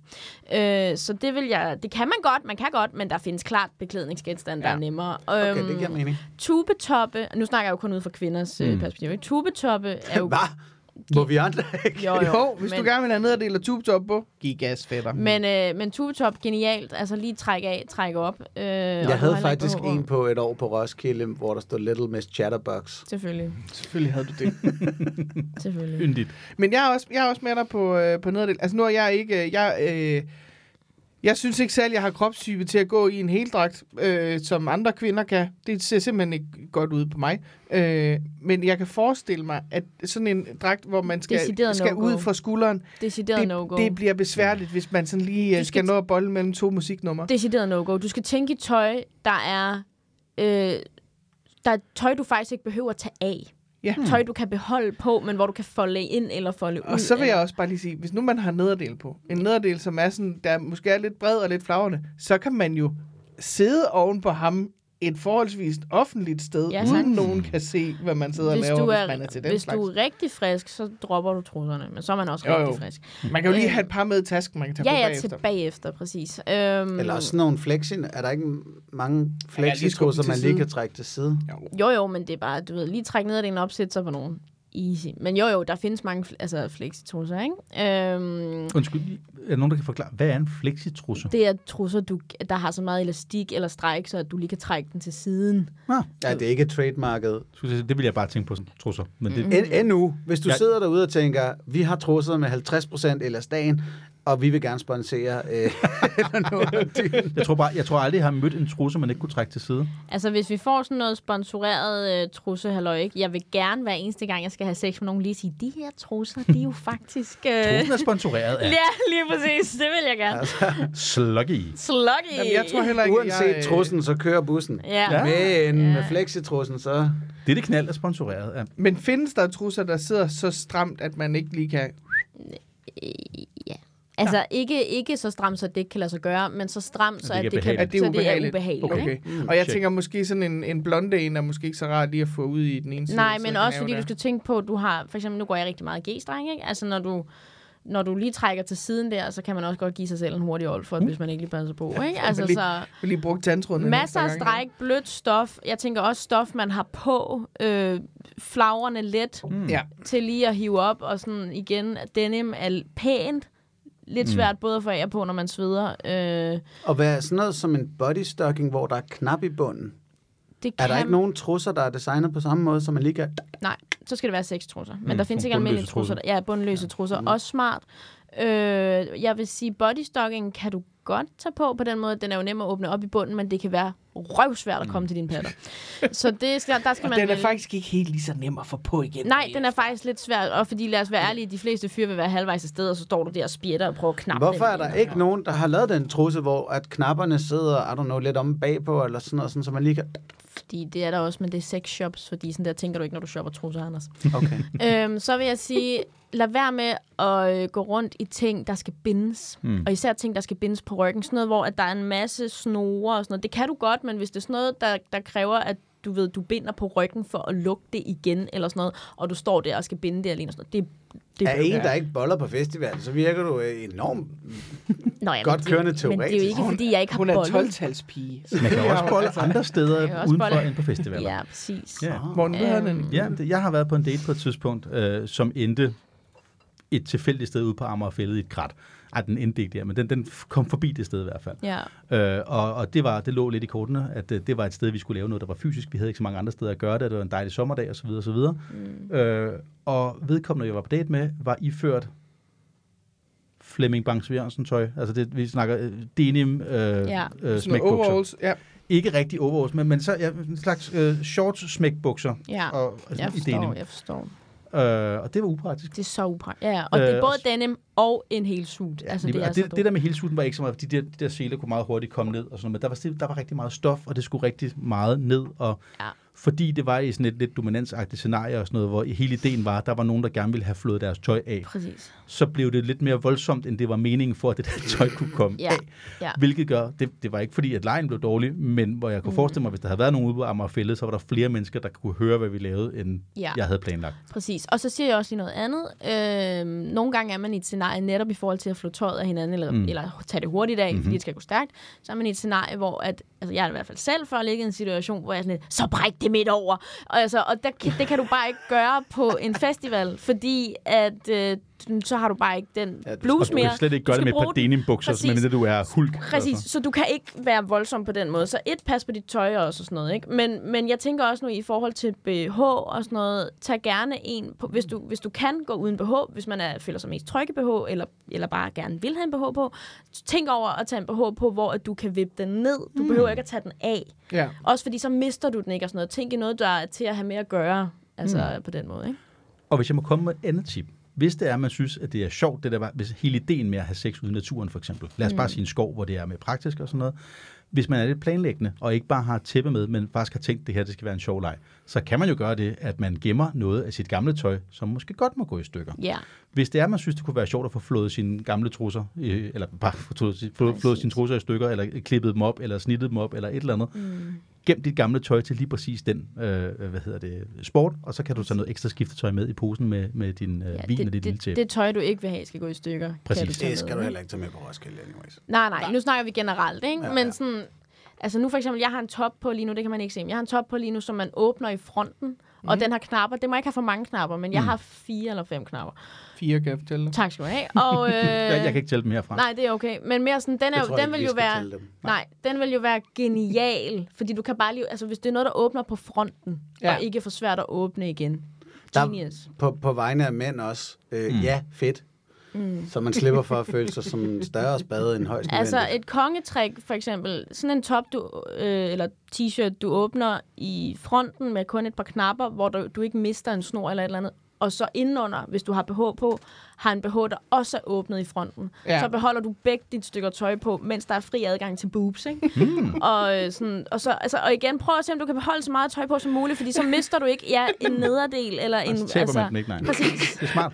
Øh, så det vil jeg, det kan man godt, man kan godt, men der findes klart beklædningsgenstande, der Ja. er nemmere. Øhm, Okay, det giver mening. Tubetoppe, nu snakker jeg jo kun ud fra kvinders mm. perspektiv, ikke? Tubetoppe er jo... Hvad? Må vi andre ikke? Jo, jo, Jo, hvis men, du gerne vil have ned og dele tubetop på, giv gas, fætter. Men, øh, men tubetop, genialt. Altså lige trække af, trække op. Øh, Jeg havde faktisk en på et år på Roskilde, hvor der stod Little Miss Chatterbox. Selvfølgelig, Selvfølgelig havde du det. selvfølgelig. Yndigt. Men jeg er også, jeg er også med dig på, øh, på nederdel. Altså nu er jeg ikke... øh, Jeg, øh, jeg synes ikke selv, jeg har kropstype til at gå i en heldragt, øh, som andre kvinder kan. Det ser simpelthen ikke godt ud på mig. Øh, men jeg kan forestille mig, at sådan en dragt, hvor man skal, Decideret skal no-go. ud fra skulderen, Decideret no-go. det, det bliver besværligt, hvis man sådan lige øh, Du skal skal t- nå at bolle mellem to musiknumre. Decideret no-go. Du skal tænke i tøj, der er... Øh, der er tøj, du faktisk ikke behøver at tage af. Hmm. Ja. Tøj, du kan beholde på, men hvor du kan folde ind eller folde ud. Og så vil af. jeg også bare lige sige, hvis nu man har nederdel på, en nederdel, som er sådan, der måske er lidt bred og lidt flagrende, så kan man jo sidde oven på ham et forholdsvis offentligt sted, Ja, ja, tak. uden nogen kan se, hvad man sidder hvis og laver, du er, hvis man er til den hvis slags. du er rigtig frisk, så dropper du trusserne, men så er man også Jo, jo, jo. rigtig frisk. Man kan jo lige have et par med i tasken, man kan tage Øh, Ja, på ja, bagefter. til bagefter, præcis. Øhm, Eller også sådan nogle flexin. Er der ikke mange flexisko, skubbe som til man lige side. kan trække til side? Jo. Jo, jo, men det er bare, du ved, lige trække ned og den opsætte sig på nogen. easy. Men jo, jo, der findes mange fl- altså, flexitrusser, ikke? Øhm, Undskyld, er der nogen, der kan forklare, hvad er en flexitrusse? det er trusser, du, der har så meget elastik eller stræk, så at du lige kan trække den til siden. Nå, Ja, det er ikke trademarket. Mm. skulle jeg sige, det vil jeg bare tænke på sådan trusser. Men det, En, endnu, hvis du Jeg- sidder derude og tænker, vi har trusset med 50% eller dagen, og vi vil gerne sponsere øh, eller noget af det. jeg, tror bare, jeg tror aldrig, jeg har mødt en trusse, man ikke kunne trække til side. Altså, hvis vi får sådan noget sponsoreret øh, trusse, halløj, ikke? Jeg vil gerne hver eneste gang, jeg skal have sex med nogen, lige sige, de her trusser, de er jo faktisk... Øh... Trussen er sponsoreret af ja, lige præcis. Det vil jeg gerne. Sluggy. Sluggy! Jamen, jeg tror heller ikke, jeg... Uanset øh, trussen, så kører bussen. Ja. Ja. Men Ja. med flexitrussen, så... Det, det knald er sponsoreret af. Men findes der trusser, der sidder så stramt, at man ikke lige kan... Øh, ja. Altså, ja. Ikke, ikke så stramt, så det ikke kan lade sig gøre, men så stramt, så det at ikke er det, kan, behageligt. At det er så det er ubehageligt. ubehageligt. Okay. ikke? Mm, og jeg check. tænker måske sådan en, en blonde en, er måske ikke så rar lige at få ud i den ene side. Nej, så men knæver også fordi der. du skal tænke på, at du har, for eksempel nu går jeg rigtig meget i G-streng, ikke? Altså når du, når du lige trækker til siden der, så kan man også godt give sig selv en hurtig old for, hvis man ikke lige passer på, ikke? Altså lige- Vi så har lige brugt tandtråden. en masser af ekstra gang her. stræk, blødt stof. Jeg tænker også stof, man har på, øh, flagrende let Ja, til lige at hive op, og sådan igen, denim er l- pænt. Lidt svært både at få af og på, når man sveder. Øh, Og hvad er sådan noget som en bodystocking, hvor der er knap i bunden? det kan, Er der ikke nogen trusser, der er designet på samme måde, som man lige kan... Nej, så skal det være seks trusser. Men Mm, mm, der findes sådan ikke almindelige bundløse trusser. trusser. Ja, bundløse ja. trusser. Også smart. Øh, jeg vil sige, bodystocking kan du godt tage på på den måde. Den er jo nem at åbne op i bunden, men det kan være røvsvært at komme til dine patter. så det skal, der skal den man... er vælge. faktisk ikke helt lige så nem at få på igen. Nej, den er faktisk lidt svær, og fordi lad os være ærlige, de fleste fyre vil være halvvejs afsted, og så står du der og spjætter og prøver at knappe Hvorfor er den. der ikke nogen, der har lavet den trusse, hvor at knapperne sidder, I don't know, lidt om bagpå, eller sådan noget, sådan, så man lige kan... Fordi det er der også, men det er sexshops, fordi sådan der tænker du ikke, når du shopper trusser, Anders. Okay. øhm, så vil jeg sige, lad være med at øh, gå rundt i ting, der skal bindes. Hmm. Mm. Og især ting, der skal bindes på ryggen. Sådan noget, hvor at der er en masse snore og sådan noget. Det kan du godt, men hvis det er sådan noget, der, der kræver, at du ved, du binder på ryggen for at lukke det igen, eller sådan noget, og du står der og skal binde det alene, og sådan noget. Det, det Er en, der ikke boller på festivalen, så virker du øh, enormt... Nå, ja, men godt det- kørende Men det er jo teoretisk. ikke, fordi jeg ikke har Hun er bollet. 12-talspige. Man kan også bolle andre steder Man kan også udenfor bolle- end på festivaler. Ja, præcis. Ja. Morten, hvad Øhm. hedder den? Ja, det, jeg har været på en date på et tidspunkt, øh, som endte et tilfældigt sted ude på Amagerfællet i et krat. Ej, den endte ikke der, men den, den f- kom forbi det sted i hvert fald. Ja. Øh, og, og det, var, det lå lidt i kortene, at øh, det var et sted, vi skulle lave noget, der var fysisk. Vi havde ikke så mange andre steder at gøre det, og det var en dejlig sommerdag osv. Og, så videre. Mm. Øh, og vedkommende, jeg var på date med, var iført Flemming Bang Sørensen tøj. Altså det, vi snakker øh, denim, øh, ja. Sådan øh, Sådan noget smækbukser. overalls. Ja. Ikke rigtig overalls, men, men så ja, en slags øh, shorts smækbukser. Ja. og, altså, Jeg i forstår, jeg forstår. Øh, og det var upraktisk. Det er så upraktisk. Ja, og det Øh, og er både s- denim og en hel suit. Ja, altså, lige- det, er og så det, det der med hele sutten var ikke så meget, fordi de der, de der seler kunne meget hurtigt komme ned og sådan noget, men der var, stil- der var rigtig meget stof, og det skulle rigtig meget ned, og Ja. fordi det var i sådan et lidt dominansagtigt scenarie og sådan noget, hvor hele ideen var, at der var nogen, der gerne ville have flået deres tøj af, Præcis. så blev det lidt mere voldsomt, end det var meningen for, at det der tøj kunne komme Ja, af. ja. Hvilket gør, det, det var ikke fordi, at lejen blev dårlig, men hvor jeg Mm. kunne forestille mig, hvis der havde været nogen ude på Amagerfællet, så var der flere mennesker, der kunne høre, hvad vi lavede, end Ja. jeg havde planlagt. Præcis. Og så siger jeg også lige noget andet. Øhm, nogle gange er man i et scenarie, netop i forhold til at flå tøjet af hinanden, eller, mm. eller tage det hurtigt af, Mhm. mm-hmm. fordi det skal gå stærkt, så er man i et scenarie, hvor at, altså jeg er i hvert fald selv før ligget i en situation, hvor jeg er sådan lidt, så bræk det midt over. Og, altså, og der, kan- det kan du bare ikke gøre på en festival, fordi at, øh, så har du bare ikke den Ja, ja, du- Og blues du mere. kan slet ikke gøre Du det med skal et par bruge den. denimbukser, Præcis. men du er hulk. altså. Præcis, så du kan ikke være voldsom på den måde. Så et, pas på dit tøj også og sådan noget. Ikke? Men, men jeg tænker også nu i forhold til BH og sådan noget, tag gerne en, på, hvis, du, hvis du kan gå uden BH, hvis man er, føler sig mest tryg i BH, eller, eller bare gerne vil have en BH på, tænk over at tage en BH på, hvor at du kan vippe den ned. Du mm. behøver ikke at tage den af. ja. Også fordi så mister du den ikke og sådan noget. Tænk i noget, der er til at have med at gøre. Altså mm. på den måde, ikke? Og hvis jeg må komme med et andet tip. Hvis det er, man synes, at det er sjovt, det der var, hvis hele ideen med at have sex ude i naturen, for eksempel. Lad os bare sige en skov, hvor det er med praktisk og sådan noget. Hvis man er lidt planlæggende, og ikke bare har et tæppe med, men faktisk har tænkt, at det her det skal være en sjov leg, så kan man jo gøre det, at man gemmer noget af sit gamle tøj, som måske godt må gå i stykker. Ja. Hvis det er, man synes, det kunne være sjovt at få flået sine gamle trusser, øh, eller bare få trusser- flå- flået sine trusser i stykker, eller klippet dem op, eller snittet dem op, eller et eller andet, mm. gem dit gamle tøj til lige præcis den, øh, hvad hedder det, sport, og så kan du tage noget ekstra skiftetøj med i posen med, med din øh, ja vin og det, dit lille det, tæppe. det, tøj, du ikke vil have, skal gå i stykker. Præcis. tage Det skal med, du ikke? heller ikke tage med på Roskilde, anyways. Nej, nej, nu snakker vi generelt, ikke? Ja, Ja, Men ja. sådan, altså nu for eksempel, jeg har en top på lige nu, det kan man ikke se, men jeg har en top på lige nu, som man åbner i fronten, Mhm. Og den har knapper. Det må ikke have for mange knapper, men jeg har fire eller fem knapper. Fire, kan jeg fortælle dig. Tak skal du have. Og, øh, Jeg, jeg kan ikke tælle dem herfra. Nej, det er okay. Men mere sådan, den, er, Jeg jo- tror den ikke, vil vi jo skal være... tælle dem. Nej, den vil jo være genial, fordi du kan bare lige... Altså, hvis det er noget, der åbner på fronten, ja. Ja. og ikke er for svært at åbne igen. Der- Genius. På, på vegne af mænd også. Øh, mm. Ja, fedt. Mm. Så man slipper for at føle sig som en større spade end højst Altså, nødvendigt. et kongetrik, for eksempel. Sådan en top, du, øh, eller t-shirt, du åbner i fronten med kun et par knapper, hvor du, du ikke mister en snor eller et eller andet. Og så indenunder, hvis du har BH på, har en BH, der også er åbnet i fronten. Ja. Ja. Så beholder du begge dit stykker tøj på, mens der er fri adgang til boobs, ikke? Hmm. og, øh, sådan, og, så, altså, og igen, prøv at se, om du kan beholde så meget tøj på som muligt, fordi så mister du ikke ja, en nederdel eller en... altså, Og så Altså, taber man den ikke, nej. Præcis, Det er smart.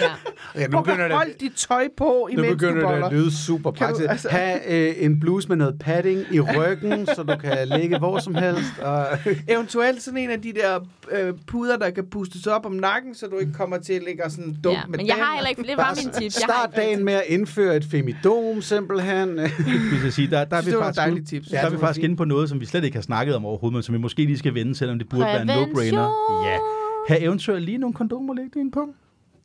ja. Ja, nu begynder Hvorfor det, hold dit tøj på, nu imens du begynder det boller? at lyde super Kan du- praktisk. altså- Ha' øh, en bluse med noget padding i ryggen, så du kan ligge hvor som helst. Og, Eventuelt sådan en af de der øh, puder, der kan pustes op om nakken, så du ikke kommer til at ligge og sådan dum ja. med Men jeg den. har heller ikke... Det var min tip. Jeg har Altså, start dagen med at indføre et femidom, simpelthen. Vi skal sige, der, der er Jeg vi synes, det var faktisk, dejlige ude- tips. der Ja, er vi det må faktisk sige. inde på noget, som vi slet ikke har snakket om overhovedet, men som vi måske lige skal vende, selvom det burde være en Prævention! no-brainer. Ja. Have eventuelt lige nogle kondomer liggende i en punkt.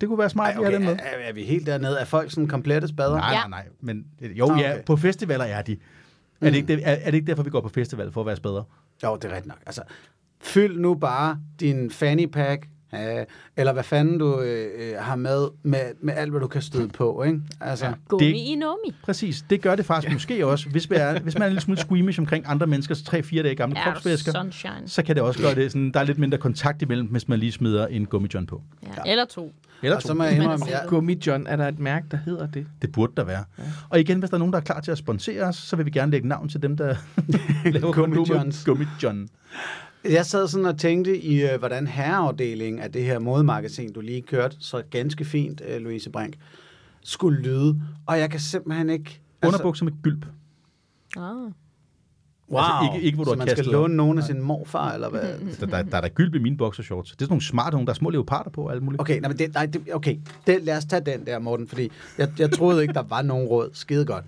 Det kunne være smart, at Ej, vi har okay, den med. er, er vi helt dernede? Er folk sådan komplette spader? Nej, Ja. nej, nej. Men, jo, Ah, ja, okay. på festivaler er de. Er det, ikke det, er, er det ikke derfor, vi går på festival for at være bedre? Jo, det er rigtigt nok. Altså, fyld nu bare din fanny pack, øh, eller hvad fanden du øh, øh, har med, med, med alt, hvad du kan støde på, ikke? Altså, ja. Gummi i nummi. Præcis. Det gør det faktisk ja. måske også, hvis man, er, hvis man er en lille smule squeamish omkring andre menneskers 3-4 dage gamle Ja, kropsvæsker. sunshine. Så kan det også gøre det. Sådan, der er lidt mindre kontakt imellem, hvis man lige smider en gummijohn på. Ja. Eller to. Eller Og to. så må jeg indrømme, Men altså- jeg, Gummi John, er der et mærke, der hedder det? Det burde der være. Ja. Og igen, hvis der er nogen, der er klar til at sponsere os, så vil vi gerne lægge navn til dem, der laver Gummijohns. kondomer. Gummijohn. jeg sad sådan og tænkte i, øh, hvordan herreafdelingen af det her modemagasin, du lige kørte, så ganske fint, øh, Louise Brink, skulle lyde, og jeg kan simpelthen ikke... Underbukser med gylp. Ah. wow. altså ikke- ikke, hvor du så har man skal kastet op. låne nogen af sin morfar, eller hvad? Mm-hmm. Der, der, der er der gylp i mine boxershorts. Det er sådan nogle smarte nogle, der er små leoparder på og alt muligt. Okay, nej, men det, nej, det, okay. Det, lad os tage den der, Morten, fordi jeg, jeg troede ikke, der var nogen råd. Skide godt.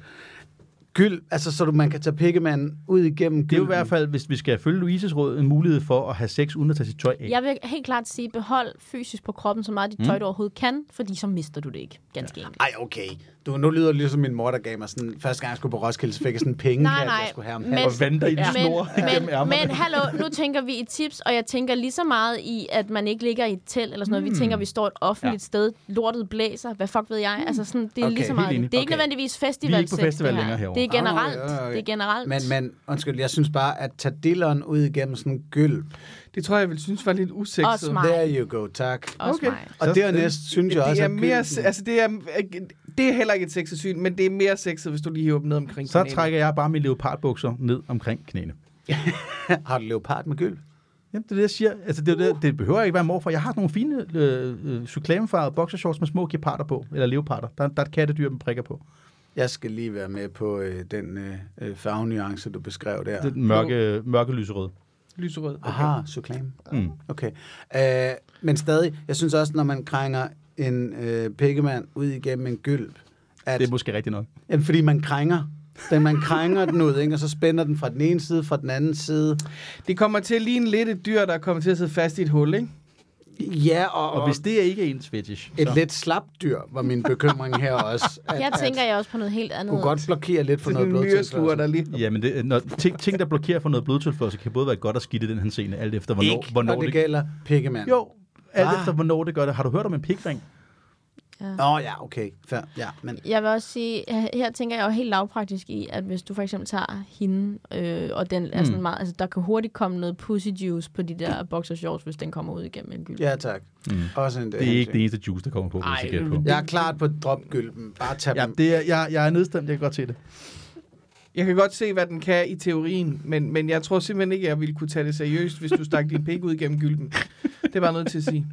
Gyld, altså så du, man kan tage pikkemanden ud igennem gylden. Det er jo i hvert fald, hvis vi skal følge Louises råd, en mulighed for at have sex uden at tage sit tøj af. Jeg vil helt klart sige, behold fysisk på kroppen så meget af dit tøj, du overhovedet kan, fordi så mister du det ikke, ganske enkelt. Ej, okay. Du, nu lyder det ligesom min mor, der gav mig sådan, første gang jeg skulle på Roskilde, så fik jeg sådan en penge, Nej, at nej, jeg skulle have om men- halsen. Og vandre i en Ja. snor igennem men, ærmerne. men hallo, nu tænker vi i tips, og jeg tænker lige så meget i, at man ikke ligger i et telt eller sådan noget. Vi tænker, at vi står et offentligt ja. sted, lortet blæser, hvad fuck ved jeg? Altså sådan, det er Okay, lige så helt meget. Det er enig. ikke Okay. nødvendigvis på festival. festival længere herovre. Det er generelt. Ah, ja, ja. Det er generelt. Men, men, undskyld, jeg synes bare, at tage dilleren ud igennem sådan en gyld. Det tror jeg, jeg ville synes var lidt usexet. Og smart. Nej. There you go, tak. Også okay. mig. Og Så- dernæst synes jeg det også, er at mere, gylden- altså det er, det er heller ikke et sexet syn, men det er mere sexet, hvis du lige hiver dem ned omkring Så knæene. trækker jeg bare mine leopardbukser ned omkring knæene. Har du leopard med gyld? Jamen, det er det, jeg siger. Altså, det, er det, det behøver ikke være mor for. Jeg har sådan nogle fine øh, øh, cyklamefarvede boxershorts med små geparder på, eller leoparder. Der, der er et kattedyr med prikker på. Jeg skal lige være med på øh, den øh, øh, farvenuance, du beskrev der. Det er den mørke, mørke lyserød. Lyserød. Okay. Aha, cyklame. Mm. Okay. Øh, men stadig, jeg synes også, når man krænger en øh, pikkemand ud igennem en gylp, at, Det er måske rigtigt nok. at fordi man krænger, den man krænger den ud, ikke? og så spænder den fra den ene side, fra den anden side. Det kommer til at ligne lidt et dyr, der kommer til at sidde fast i et hul, ikke? Ja, og, Og hvis det er ikke ens fetish, et så... lidt slapt dyr, var min bekymring her også. At, Jeg tænker jeg også på noget helt at andet. kunne godt blokere lidt for Sådan noget en nyresluger, blodtilførsel. der lige... Ja, men det, når ting, ting, der blokerer for noget blodtilførsel, kan både være godt og skidt i den her scene, alt efter, hvornår, Ikke, hvornår når det gælder pikkemand. Jo, alt Ah. efter, hvornår det gør det. Har du hørt om en pikring? Nå ja, okay. Fair. Ja, men Jeg vil også sige, her- her tænker jeg jo helt lavpraktisk i, at hvis du for eksempel tager hende, øh, og den er Mm. sådan meget, altså der kan hurtigt komme noget pussy juice på de der boxershorts, hvis den kommer ud igennem en gyld. ja tak. Mm. Også en Det er ikke det eneste juice, der kommer på, hvis jeg gætter på. Jeg er klart på dropgylpen. Bare tag Ja, dem. det er, jeg, jeg er nedstemt, jeg kan godt se det. Jeg kan godt se, hvad den kan i teorien, men, men jeg tror simpelthen ikke, at jeg ville kunne tage det seriøst, hvis du stak din pik ud gennem gylden. Det er bare nødt til at sige.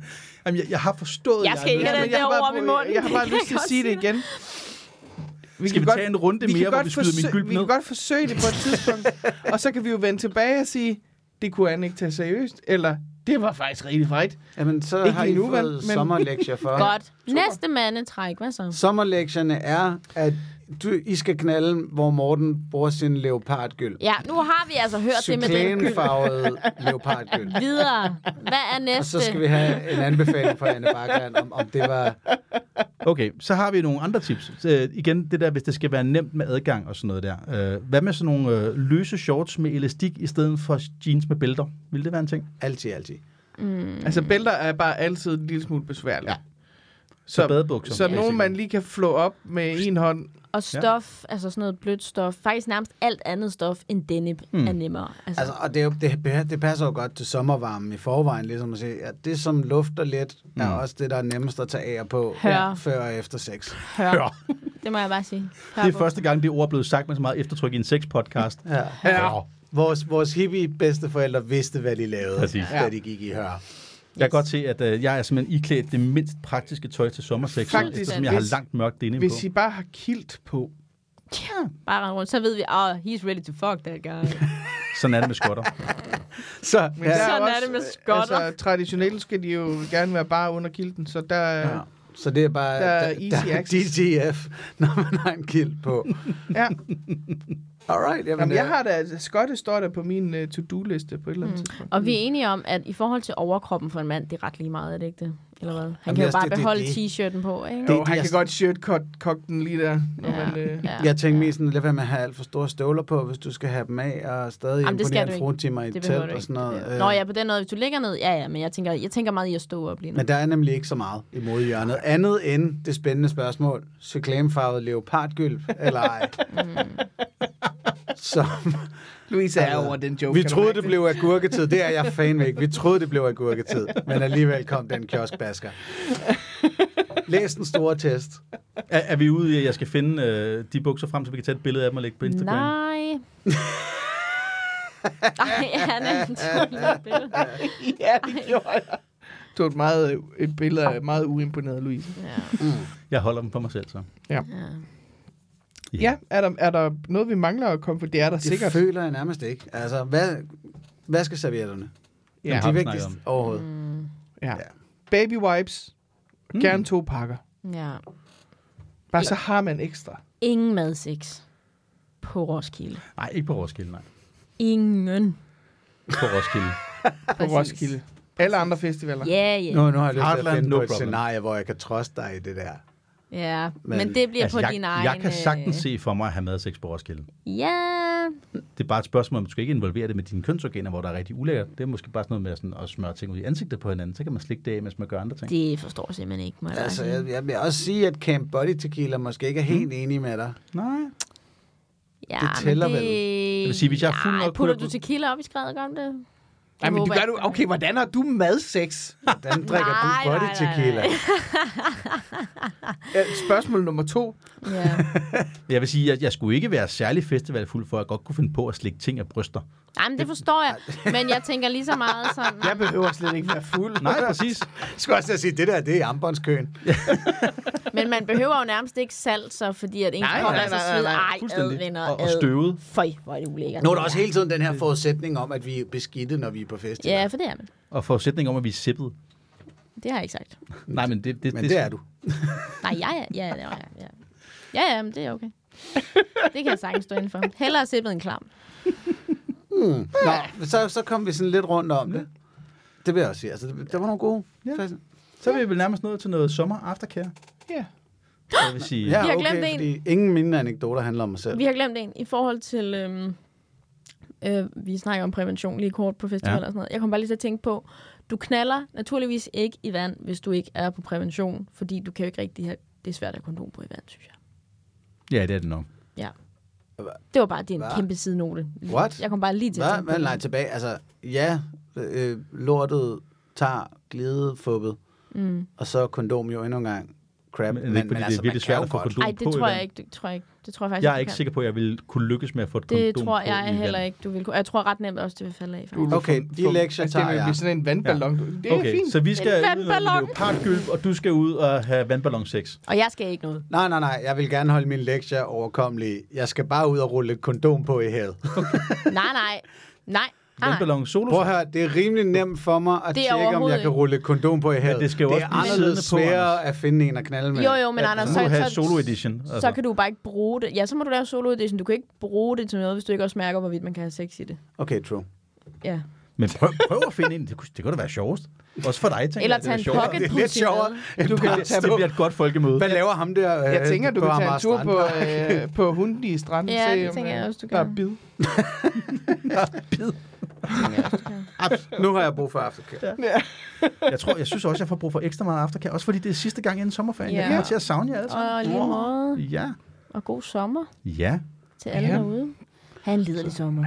Jamen, jeg, jeg har forstået... Jeg skal er ikke nødt- have men den jeg der har bare ord op i brug- munden. Jeg har bare Det kan lyst til jeg at sige godt det igen. Vi Skal kan vi godt- tage en runde kan mere, hvor godt vi skyder min forsø- gylp Vi ned? kan godt forsøge det på et tidspunkt, og så kan vi jo vende tilbage og sige, det kunne han ikke tage seriøst, eller det var faktisk rigtig fejt. Jamen, så Ikke har I lige nu, fået vel, men- sommerlektier for. Godt. Næste mandetræk, hvad så? Sommerlektierne er, at du, I skal knalde, hvor Morten bruger sin leopardgyld. Ja, nu har vi altså hørt det med den gyld. Cyklanefarvet leopardgyld. Videre. Hvad er næste? Og så skal vi have en anbefaling fra Anne Bakkerland, om, om det var... Okay, så har vi nogle andre tips. Øh, igen, det der, hvis det skal være nemt med adgang og sådan noget der. Øh, hvad med sådan nogle øh, løse shorts med elastik i stedet for jeans med bælter? Vil det være en ting? Altid, altid. Mm. Altså, bælter er bare altid en lille smule besværligt. Ja. Ja. Så, Så- badebukser. Så Ja. nogen, man lige kan flå op med en hånd. Og stof, altså sådan noget blødt stof. Faktisk nærmest alt andet stof end denne mm. er nemmere. Altså, Altså, altså, og det, er jo- det, det passer jo godt til sommervarmen i forvejen, ligesom at sige, at det, som lufter lidt, er også det, der er nemmest at tage af og på, Hør. før og efter sex. hør. Hør. Det må jeg bare sige. Hør Det er på. første gang, det ord er blevet sagt med så meget eftertryk i en sex-podcast. Ja. Ja. Vores, vores hippie bedsteforældre vidste, hvad de lavede, Præcis. da de gik i hør. Jeg kan godt se, at øh, jeg er simpelthen iklædt det mindst praktiske tøj til sommersex, Faktisk, som jeg har hvis- langt mørkt inde på. Hvis I bare har kilt på. Bare rende rundt. Så ved vi, oh, he's ready to fuck that guy. Sådan er det med skotter. Så, Men ja, der Sådan er også, det med øh, skotter. Altså, traditionelt skal de jo gerne være bare under kilten, så der... ja. Ja. så det er bare Der er der, easy der er access. DTF, når man har en kilt på. ja. Alright, jamen, Jamen, det jeg er- har da... altså, Skotte står der på min uh, to-do-liste på et eller andet mm. tidspunkt. Og vi er enige om, at i forhold til overkroppen for en mand, det er ret lige meget, er det ikke det? Eller hvad? Han Jamen, kan jo altså, bare det- det- beholde det- t-shirten på, ikke? Jo, det, han jeg- kan godt shirt-kokke den lige der, når ja. man... Øh, ja. Jeg tænker mest sådan, lad være med at have alt for store støvler på, hvis du skal have dem af, og stadig Jamen, det skal imponere du en ikke. frutimer i Det et behøver telt du og sådan ikke. noget. øh. Nå ja, på den måde, hvis du ligger ned, ja ja, men jeg tænker, jeg tænker meget i at stå op lige nu. Men der er nemlig ikke så meget i modehjørnet. Andet end det spændende spørgsmål, cyklamefarvet leopardgylp eller ej. Mm. Så, Louise er over den joke. vi kan du troede, mærke det blev agurketid. Det er jeg fandme ikke. Vi troede, det blev agurketid. Men alligevel kom den kioskbasker. Læs den store test. Er, er vi ude i, at jeg skal finde øh, de bukser frem, så vi kan tage et billede af dem og lægge på Instagram? Nej. Nej, han er en tålig billede. ja, det gjorde jeg. Det var et, meget, øh, et billede af meget uimponeret Louise. Ja. Jeg holder dem på mig selv, så. Ja. Ja, er der, er der noget, vi mangler at komme på? Det er der Det sikkert. føler jeg nærmest ikke. Altså, hvad, hvad skal servietterne? Ja. De vi vigtigste snakket overhovedet. Mm. Ja. Baby wipes. Mm. Gerne to pakker. ja. Bare så har man ekstra. Ingen madsex på Roskilde. Nej, ikke på Roskilde, nej. Ingen. På Roskilde. på Roskilde. Alle andre festivaler. Yeah. Ja, ja. Nu, nu har jeg lyst til at Heartland, finde no på et problem. scenarie, hvor jeg kan troste dig i det der. ja. Men, Men- men det bliver altså, på jeg, din egen... jeg kan sagtens øh, se for mig at have madsex på Roskilde. Ja. Det er bare et spørgsmål, om du skal ikke involvere det med dine kønsorganer, hvor der er rigtig ulækkert. Det er måske bare sådan noget med sådan at smøre ting ud i ansigtet på hinanden. Så kan man slikke det af, mens man gør andre ting. Det forstår jeg simpelthen ikke, må jeg Altså, altså, jeg, jeg vil også sige, at Camp Body Tequila måske ikke er Mm. helt enig med dig. Nej. ja, det men tæller det... vel. Det vil sige, hvis jeg er fuld Ej, nok putter på- du tequila op i skrevet, gør du det? Ej, men det håber gør jeg. du. Okay, hvordan har du madsex? Hvordan drikker du Nej, Body nej, nej, Tequila? Ja, Spørgsmål nummer to. Ja. Jeg vil sige, at jeg skulle ikke være særlig festivalfuld, for at jeg godt kunne finde på at slikke ting af bryster. Ej, men det forstår jeg. Men jeg tænker lige så meget sådan... Jeg behøver slet ikke være fuld. Nej, præcis. Jeg skulle også til at sige, det der, det er i armbåndskøen. Men man behøver jo nærmest ikke salt, så fordi at en Nej, kommer nej, altså nej, nej, sved. nej, Ej, ad, fuldstændig. venner, Og- og ad. støvet. Føj, hvor er det ulækkert. Nu er der også hele tiden den her forudsætning om, at vi er beskidte, når vi er på festival. Ja, for det er man. Og forudsætning om, at vi er sippet. Det har jeg ikke sagt. Nej, men det, det, Men det er du. Nej, ja, ja, ja, ja, ja. Ja, ja, men det er okay. Det kan jeg sagtens stå indenfor. Hellere sippet en klam. Nå, så, så kom vi sådan lidt rundt om det. Det vil jeg også sige. Altså, det, der var nogle gode. Ja. fest- Så er vi vel nærmest nået til noget sommer aftercare. Ja. Jeg vil sige, Ja, ja. Vi har glemt en. fordi ingen af mine anekdoter handler om mig selv. Vi har glemt en i forhold til... Øhm, øh, vi snakker om prævention lige kort på festivaler Ja. ja. og sådan noget. Jeg kom bare lige til at tænke på, du knaller naturligvis ikke i vand, hvis du ikke er på prævention, fordi du kan jo ikke rigtig have... Det er svært at have kondom på i vand, synes jeg. ja, det er det nok. Ja. Det var bare din Hva? kæmpe sidenote. What? Jeg kom bare lige til at Hvad? tænke på Hvad? det. Nej, tilbage. Altså, ja, øh, lortet tager glidefubbet, mm. og så kondom jo endnu en gang. Crap. altså, Men, men, ikke, fordi det er man kan virkelig svært jo at få godt. kondom Ej, på det i tror vand. jeg ikke. Det tror jeg ikke. Altså, Det tror jeg faktisk Jeg er du ikke kan. sikker på, at jeg ville kunne lykkes med at få et Det kondom tror på i jeg vand. heller ikke, du vil kunne. Jeg tror ret nemt også, det vil falde af. Du Faktisk. vil Okay, få- de få- lektier altså, Det tager vil jeg. blive sådan en vandballon. Ja. Det er okay, fint. så vi skal En ud vandballon. og leopardgylp, og du skal ud og have vandballonsex. Og jeg skal ikke noget. Nej, nej, nej. Jeg vil gerne holde min lektier overkommelig. Jeg skal bare ud og rulle et kondom på i havet. Nej, nej. Nej. Nej. vandballon solo. Prøv at høre, det er rimelig nemt for mig at Det tjekke, er om jeg overhovedet kan ikke. rulle et kondom på i havet. det skal jo det er også blive anderledes siddende på, sværere at finde en at knalde med. Jo, jo, men Ja, Anders, Du så, må have så, solo edition. Altså. så kan du bare ikke bruge det. Ja, så må du lave solo edition. Du kan ikke bruge det til noget, hvis du ikke også mærker, hvorvidt man kan have sex i det. Okay, true. Ja. Men prøv, prøv at finde en. Det kunne, det kunne da være sjovest. Også for dig, tænker Eller jeg. tage en det er da sjovt. pocket Det er lidt pussy sjovere. med. end Du kan bare- tage Det bliver et godt folkemøde. Hvad laver ham der? øh, Jeg tænker, Øh, du kan tage en tur på, øh, på hunden i stranden. Ja, se, det om, tænker øh, jeg også, du der er kan. bid. Nu har jeg brug for aftercare. Jeg tror, jeg synes også, jeg får brug for ekstra meget aftercare. Også fordi det er sidste gang inden sommerferien. Jeg Ja. kommer til at savne jer alle sammen. Og lige måde. Ja. Og god sommer Ja. til alle Ja. derude. Ha' en liderlig sommer.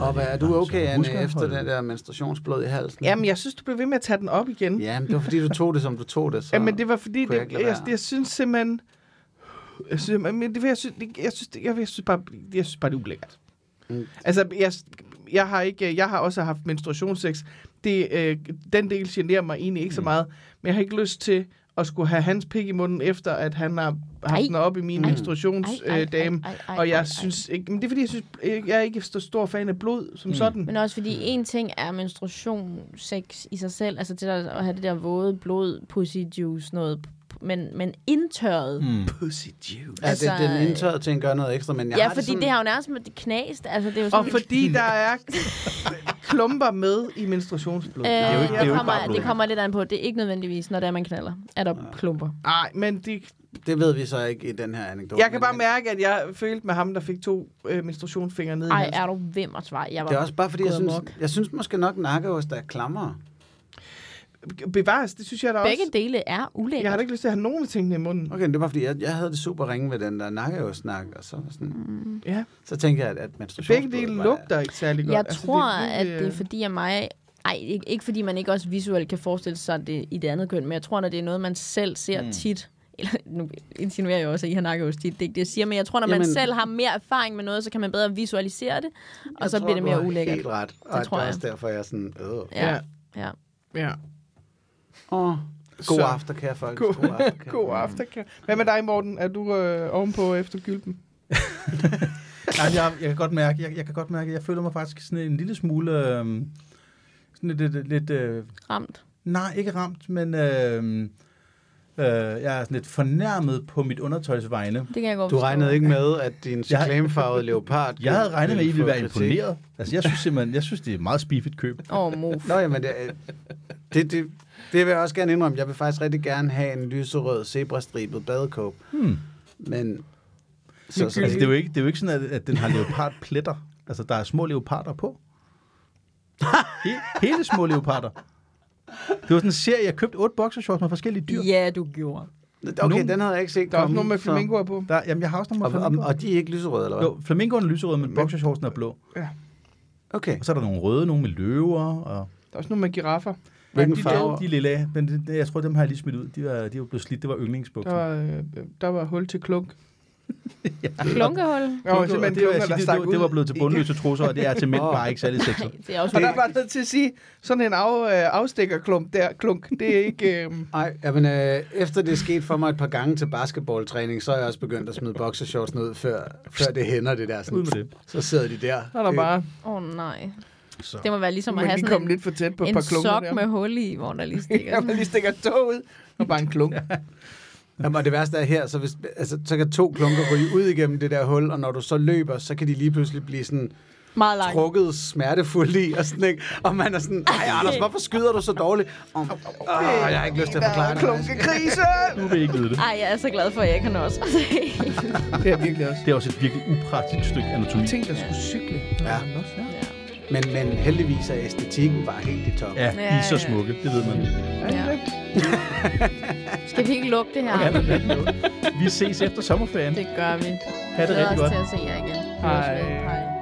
Og hvad, er du okay, Anne, efter den der menstruationsblod i halsen? Jamen, jeg synes, du blev ved med at tage den op igen. Ja, Jamen, det var fordi, du tog det, som du tog det. Så. Jamen, det var fordi, kunne jeg det, jeg, ikke lade jeg, være. jeg synes simpelthen... Jeg synes, men det, jeg synes, det, jeg synes, det, jeg, jeg synes bare, jeg synes bare, det er ulækkert. Mm. Mm. Altså, jeg, jeg har ikke, jeg har også haft menstruationssex. Det, øh, den del generer mig egentlig ikke mm. så meget, men jeg har ikke lyst til at skulle have hans pik i munden, efter at han har haft Ej. den op i min Mm. mm. Ej, ej, ej, menstruationsdame. ej, ej, Og ej, ej. jeg synes ikke, men det er fordi, jeg synes, jeg er ikke så stor fan af blod som mm. sådan. Men også fordi en ting er menstruation, sex i sig selv, altså det der, at have det der våde blod, pussy juice, noget, men, men indtørret. Hmm. Mm. Pussy juice. Ja, det, altså, den indtørrede ting gør noget ekstra, men jeg Ja, har fordi det, sådan, det har jo nærmest med det knast, altså det er jo sådan, Og fordi der er klumper med i menstruationsblodet. Øh, Nej, er jo ikke- det er jo det, ikke kommer, bare blod. det kommer lidt an på. Det er ikke nødvendigvis, når det er, man knaller, at der er klumper. men det, det ved vi så ikke i den her anekdote. jeg kan men- bare men mærke, at jeg følte med ham, der fik to øh, menstruationsfingre ned i Ej, halsen. er du vim og svej? Jeg var, Det er også bare fordi, jeg gået synes, amok. jeg synes måske nok, nakke hos der er klammere. Bevares, det synes jeg da Begge også. dele er ulækkert. Jeg har da ikke lyst til at have nogen af tingene i munden. Okay, men det var fordi, jeg, jeg havde det super ringe med den der nakkeøvsnak, og så, var sådan, Mm. Ja. så tænkte jeg, at, at Begge menstruationsblodet dele var- lugter ikke særlig godt. Altså, Jeg altså, tror, virkelig, at det øh, er fordi, at mig... Ej, ikke, ikke fordi man ikke også visuelt kan forestille sig det i det andet køn, men jeg tror, når det er noget, man selv ser mm. tit, eller nu insinuerer jeg også, at I har nakket hos tit, det er ikke det, jeg siger, men jeg tror, når man Jamen- Jamen, selv har mere erfaring med noget, så kan man bedre visualisere det, og Jeg så tror, bliver det du mere har ulækkert. helt ret. Og det tror tror jeg. jeg. også derfor, jeg er sådan, øh. Ja, Ja. ja. Ja. Åh, god Så- aftercare, folk. God, God aftercare. god aftercare. Hvad med dig, Morten? Er du øh, ovenpå efter gylden? Nej, jeg, jeg, kan godt mærke, jeg, jeg kan godt mærke, jeg føler mig faktisk sådan en lille smule... Øh, sådan lidt, lidt, lidt øh, Ramt. nej, ikke ramt, men øh, øh, jeg er sådan lidt fornærmet på mit undertøjs vegne. Det kan jeg godt Du forstå. regnede ikke med, at din Jeg- cyklamefarvede leopard... Jeg havde regnet med, at I ville få være imponeret. Altså, jeg synes simpelthen, jeg synes, det er et meget spiffet køb. Åh, oh, move. Nå, jamen, det, er- det, det, det vil jeg også gerne indrømme. Jeg vil faktisk rigtig gerne have en lyserød zebrastribet badekåb. Hmm. Men... Så, så, Altså, det, er jo ikke, det er jo ikke sådan, at, at den har leopardpletter. Altså, der er små leoparder på. He, hele små leoparder. Det var sådan en serie, jeg købte otte boxershorts med forskellige dyr. Ja, du gjorde. okay, Nogen- den havde jeg ikke set Der er også komme, nogen med så- flamingoer på. Der, jamen, jeg har også Og, nogle med og, flamingoer. og de er ikke lyserøde, eller hvad? Jo, flamingoen er lyserød, men boxershortsen er blå. Okay. Og så er der nogle røde, nogle med løver. Og... Der er også nogen med giraffer. Hvilken de, farve? De, de er lilla, men det, jeg tror, dem har jeg lige smidt ud. De var, de var blevet slidt, det var Der yndlingsbuksen. var, øh, der var hul til klunk. Klunkehul. Der var simpelthen det, vil jeg klunker, der sige, stak det, ud. det, det var blevet til bundløse trusser, og det er til mænd Åh. bare ikke særlig sexet. Nej, det er også Og der var nødt til at sige, sådan en af, øh, afstikkerklump der, klunk, det er ikke... Øh, Nej, jamen, øh, efter det skete for mig et par gange til basketballtræning, så er jeg også begyndt at smide boxershorts ned, før, før det hænder det der. Sådan, Ud med det. Så sidder de der. så er der Øh, bare... Åh, oh, nej. Så. Det må være ligesom Man at have lige kom sådan en, lidt for tæt på et en par klunker sok der. med hul i, hvor der lige stikker. Ja, man lige stikker tog ud, og bare en klunk. Jamen, og det værste er her, så, hvis, altså, så kan to klunker ryge ud igennem det der hul, og når du så løber, så kan de lige pludselig blive sådan Meget langt. trukket smertefuldt i, og, sådan, ikke? og man er sådan, nej Anders, hvorfor skyder du så dårligt? Oh, oh, jeg har ikke lyst til at forklare det. Klunkekrise! Du vil ikke vide det. Ej, jeg er så glad for, at jeg ikke har noget. det er virkelig også. Det er også et virkelig upraktisk stykke anatomi. Tænk, der skulle cykle. Ja. Men, men heldigvis er æstetikken bare helt i top. Ja, Ja, I er så ja. smukke, det ved man. ja. Skal vi ikke lukke det her? Vi ses efter sommerferien. Det gør vi. Ha' det Glæder rigtig godt. os til at se jer igen. Hej. Hej.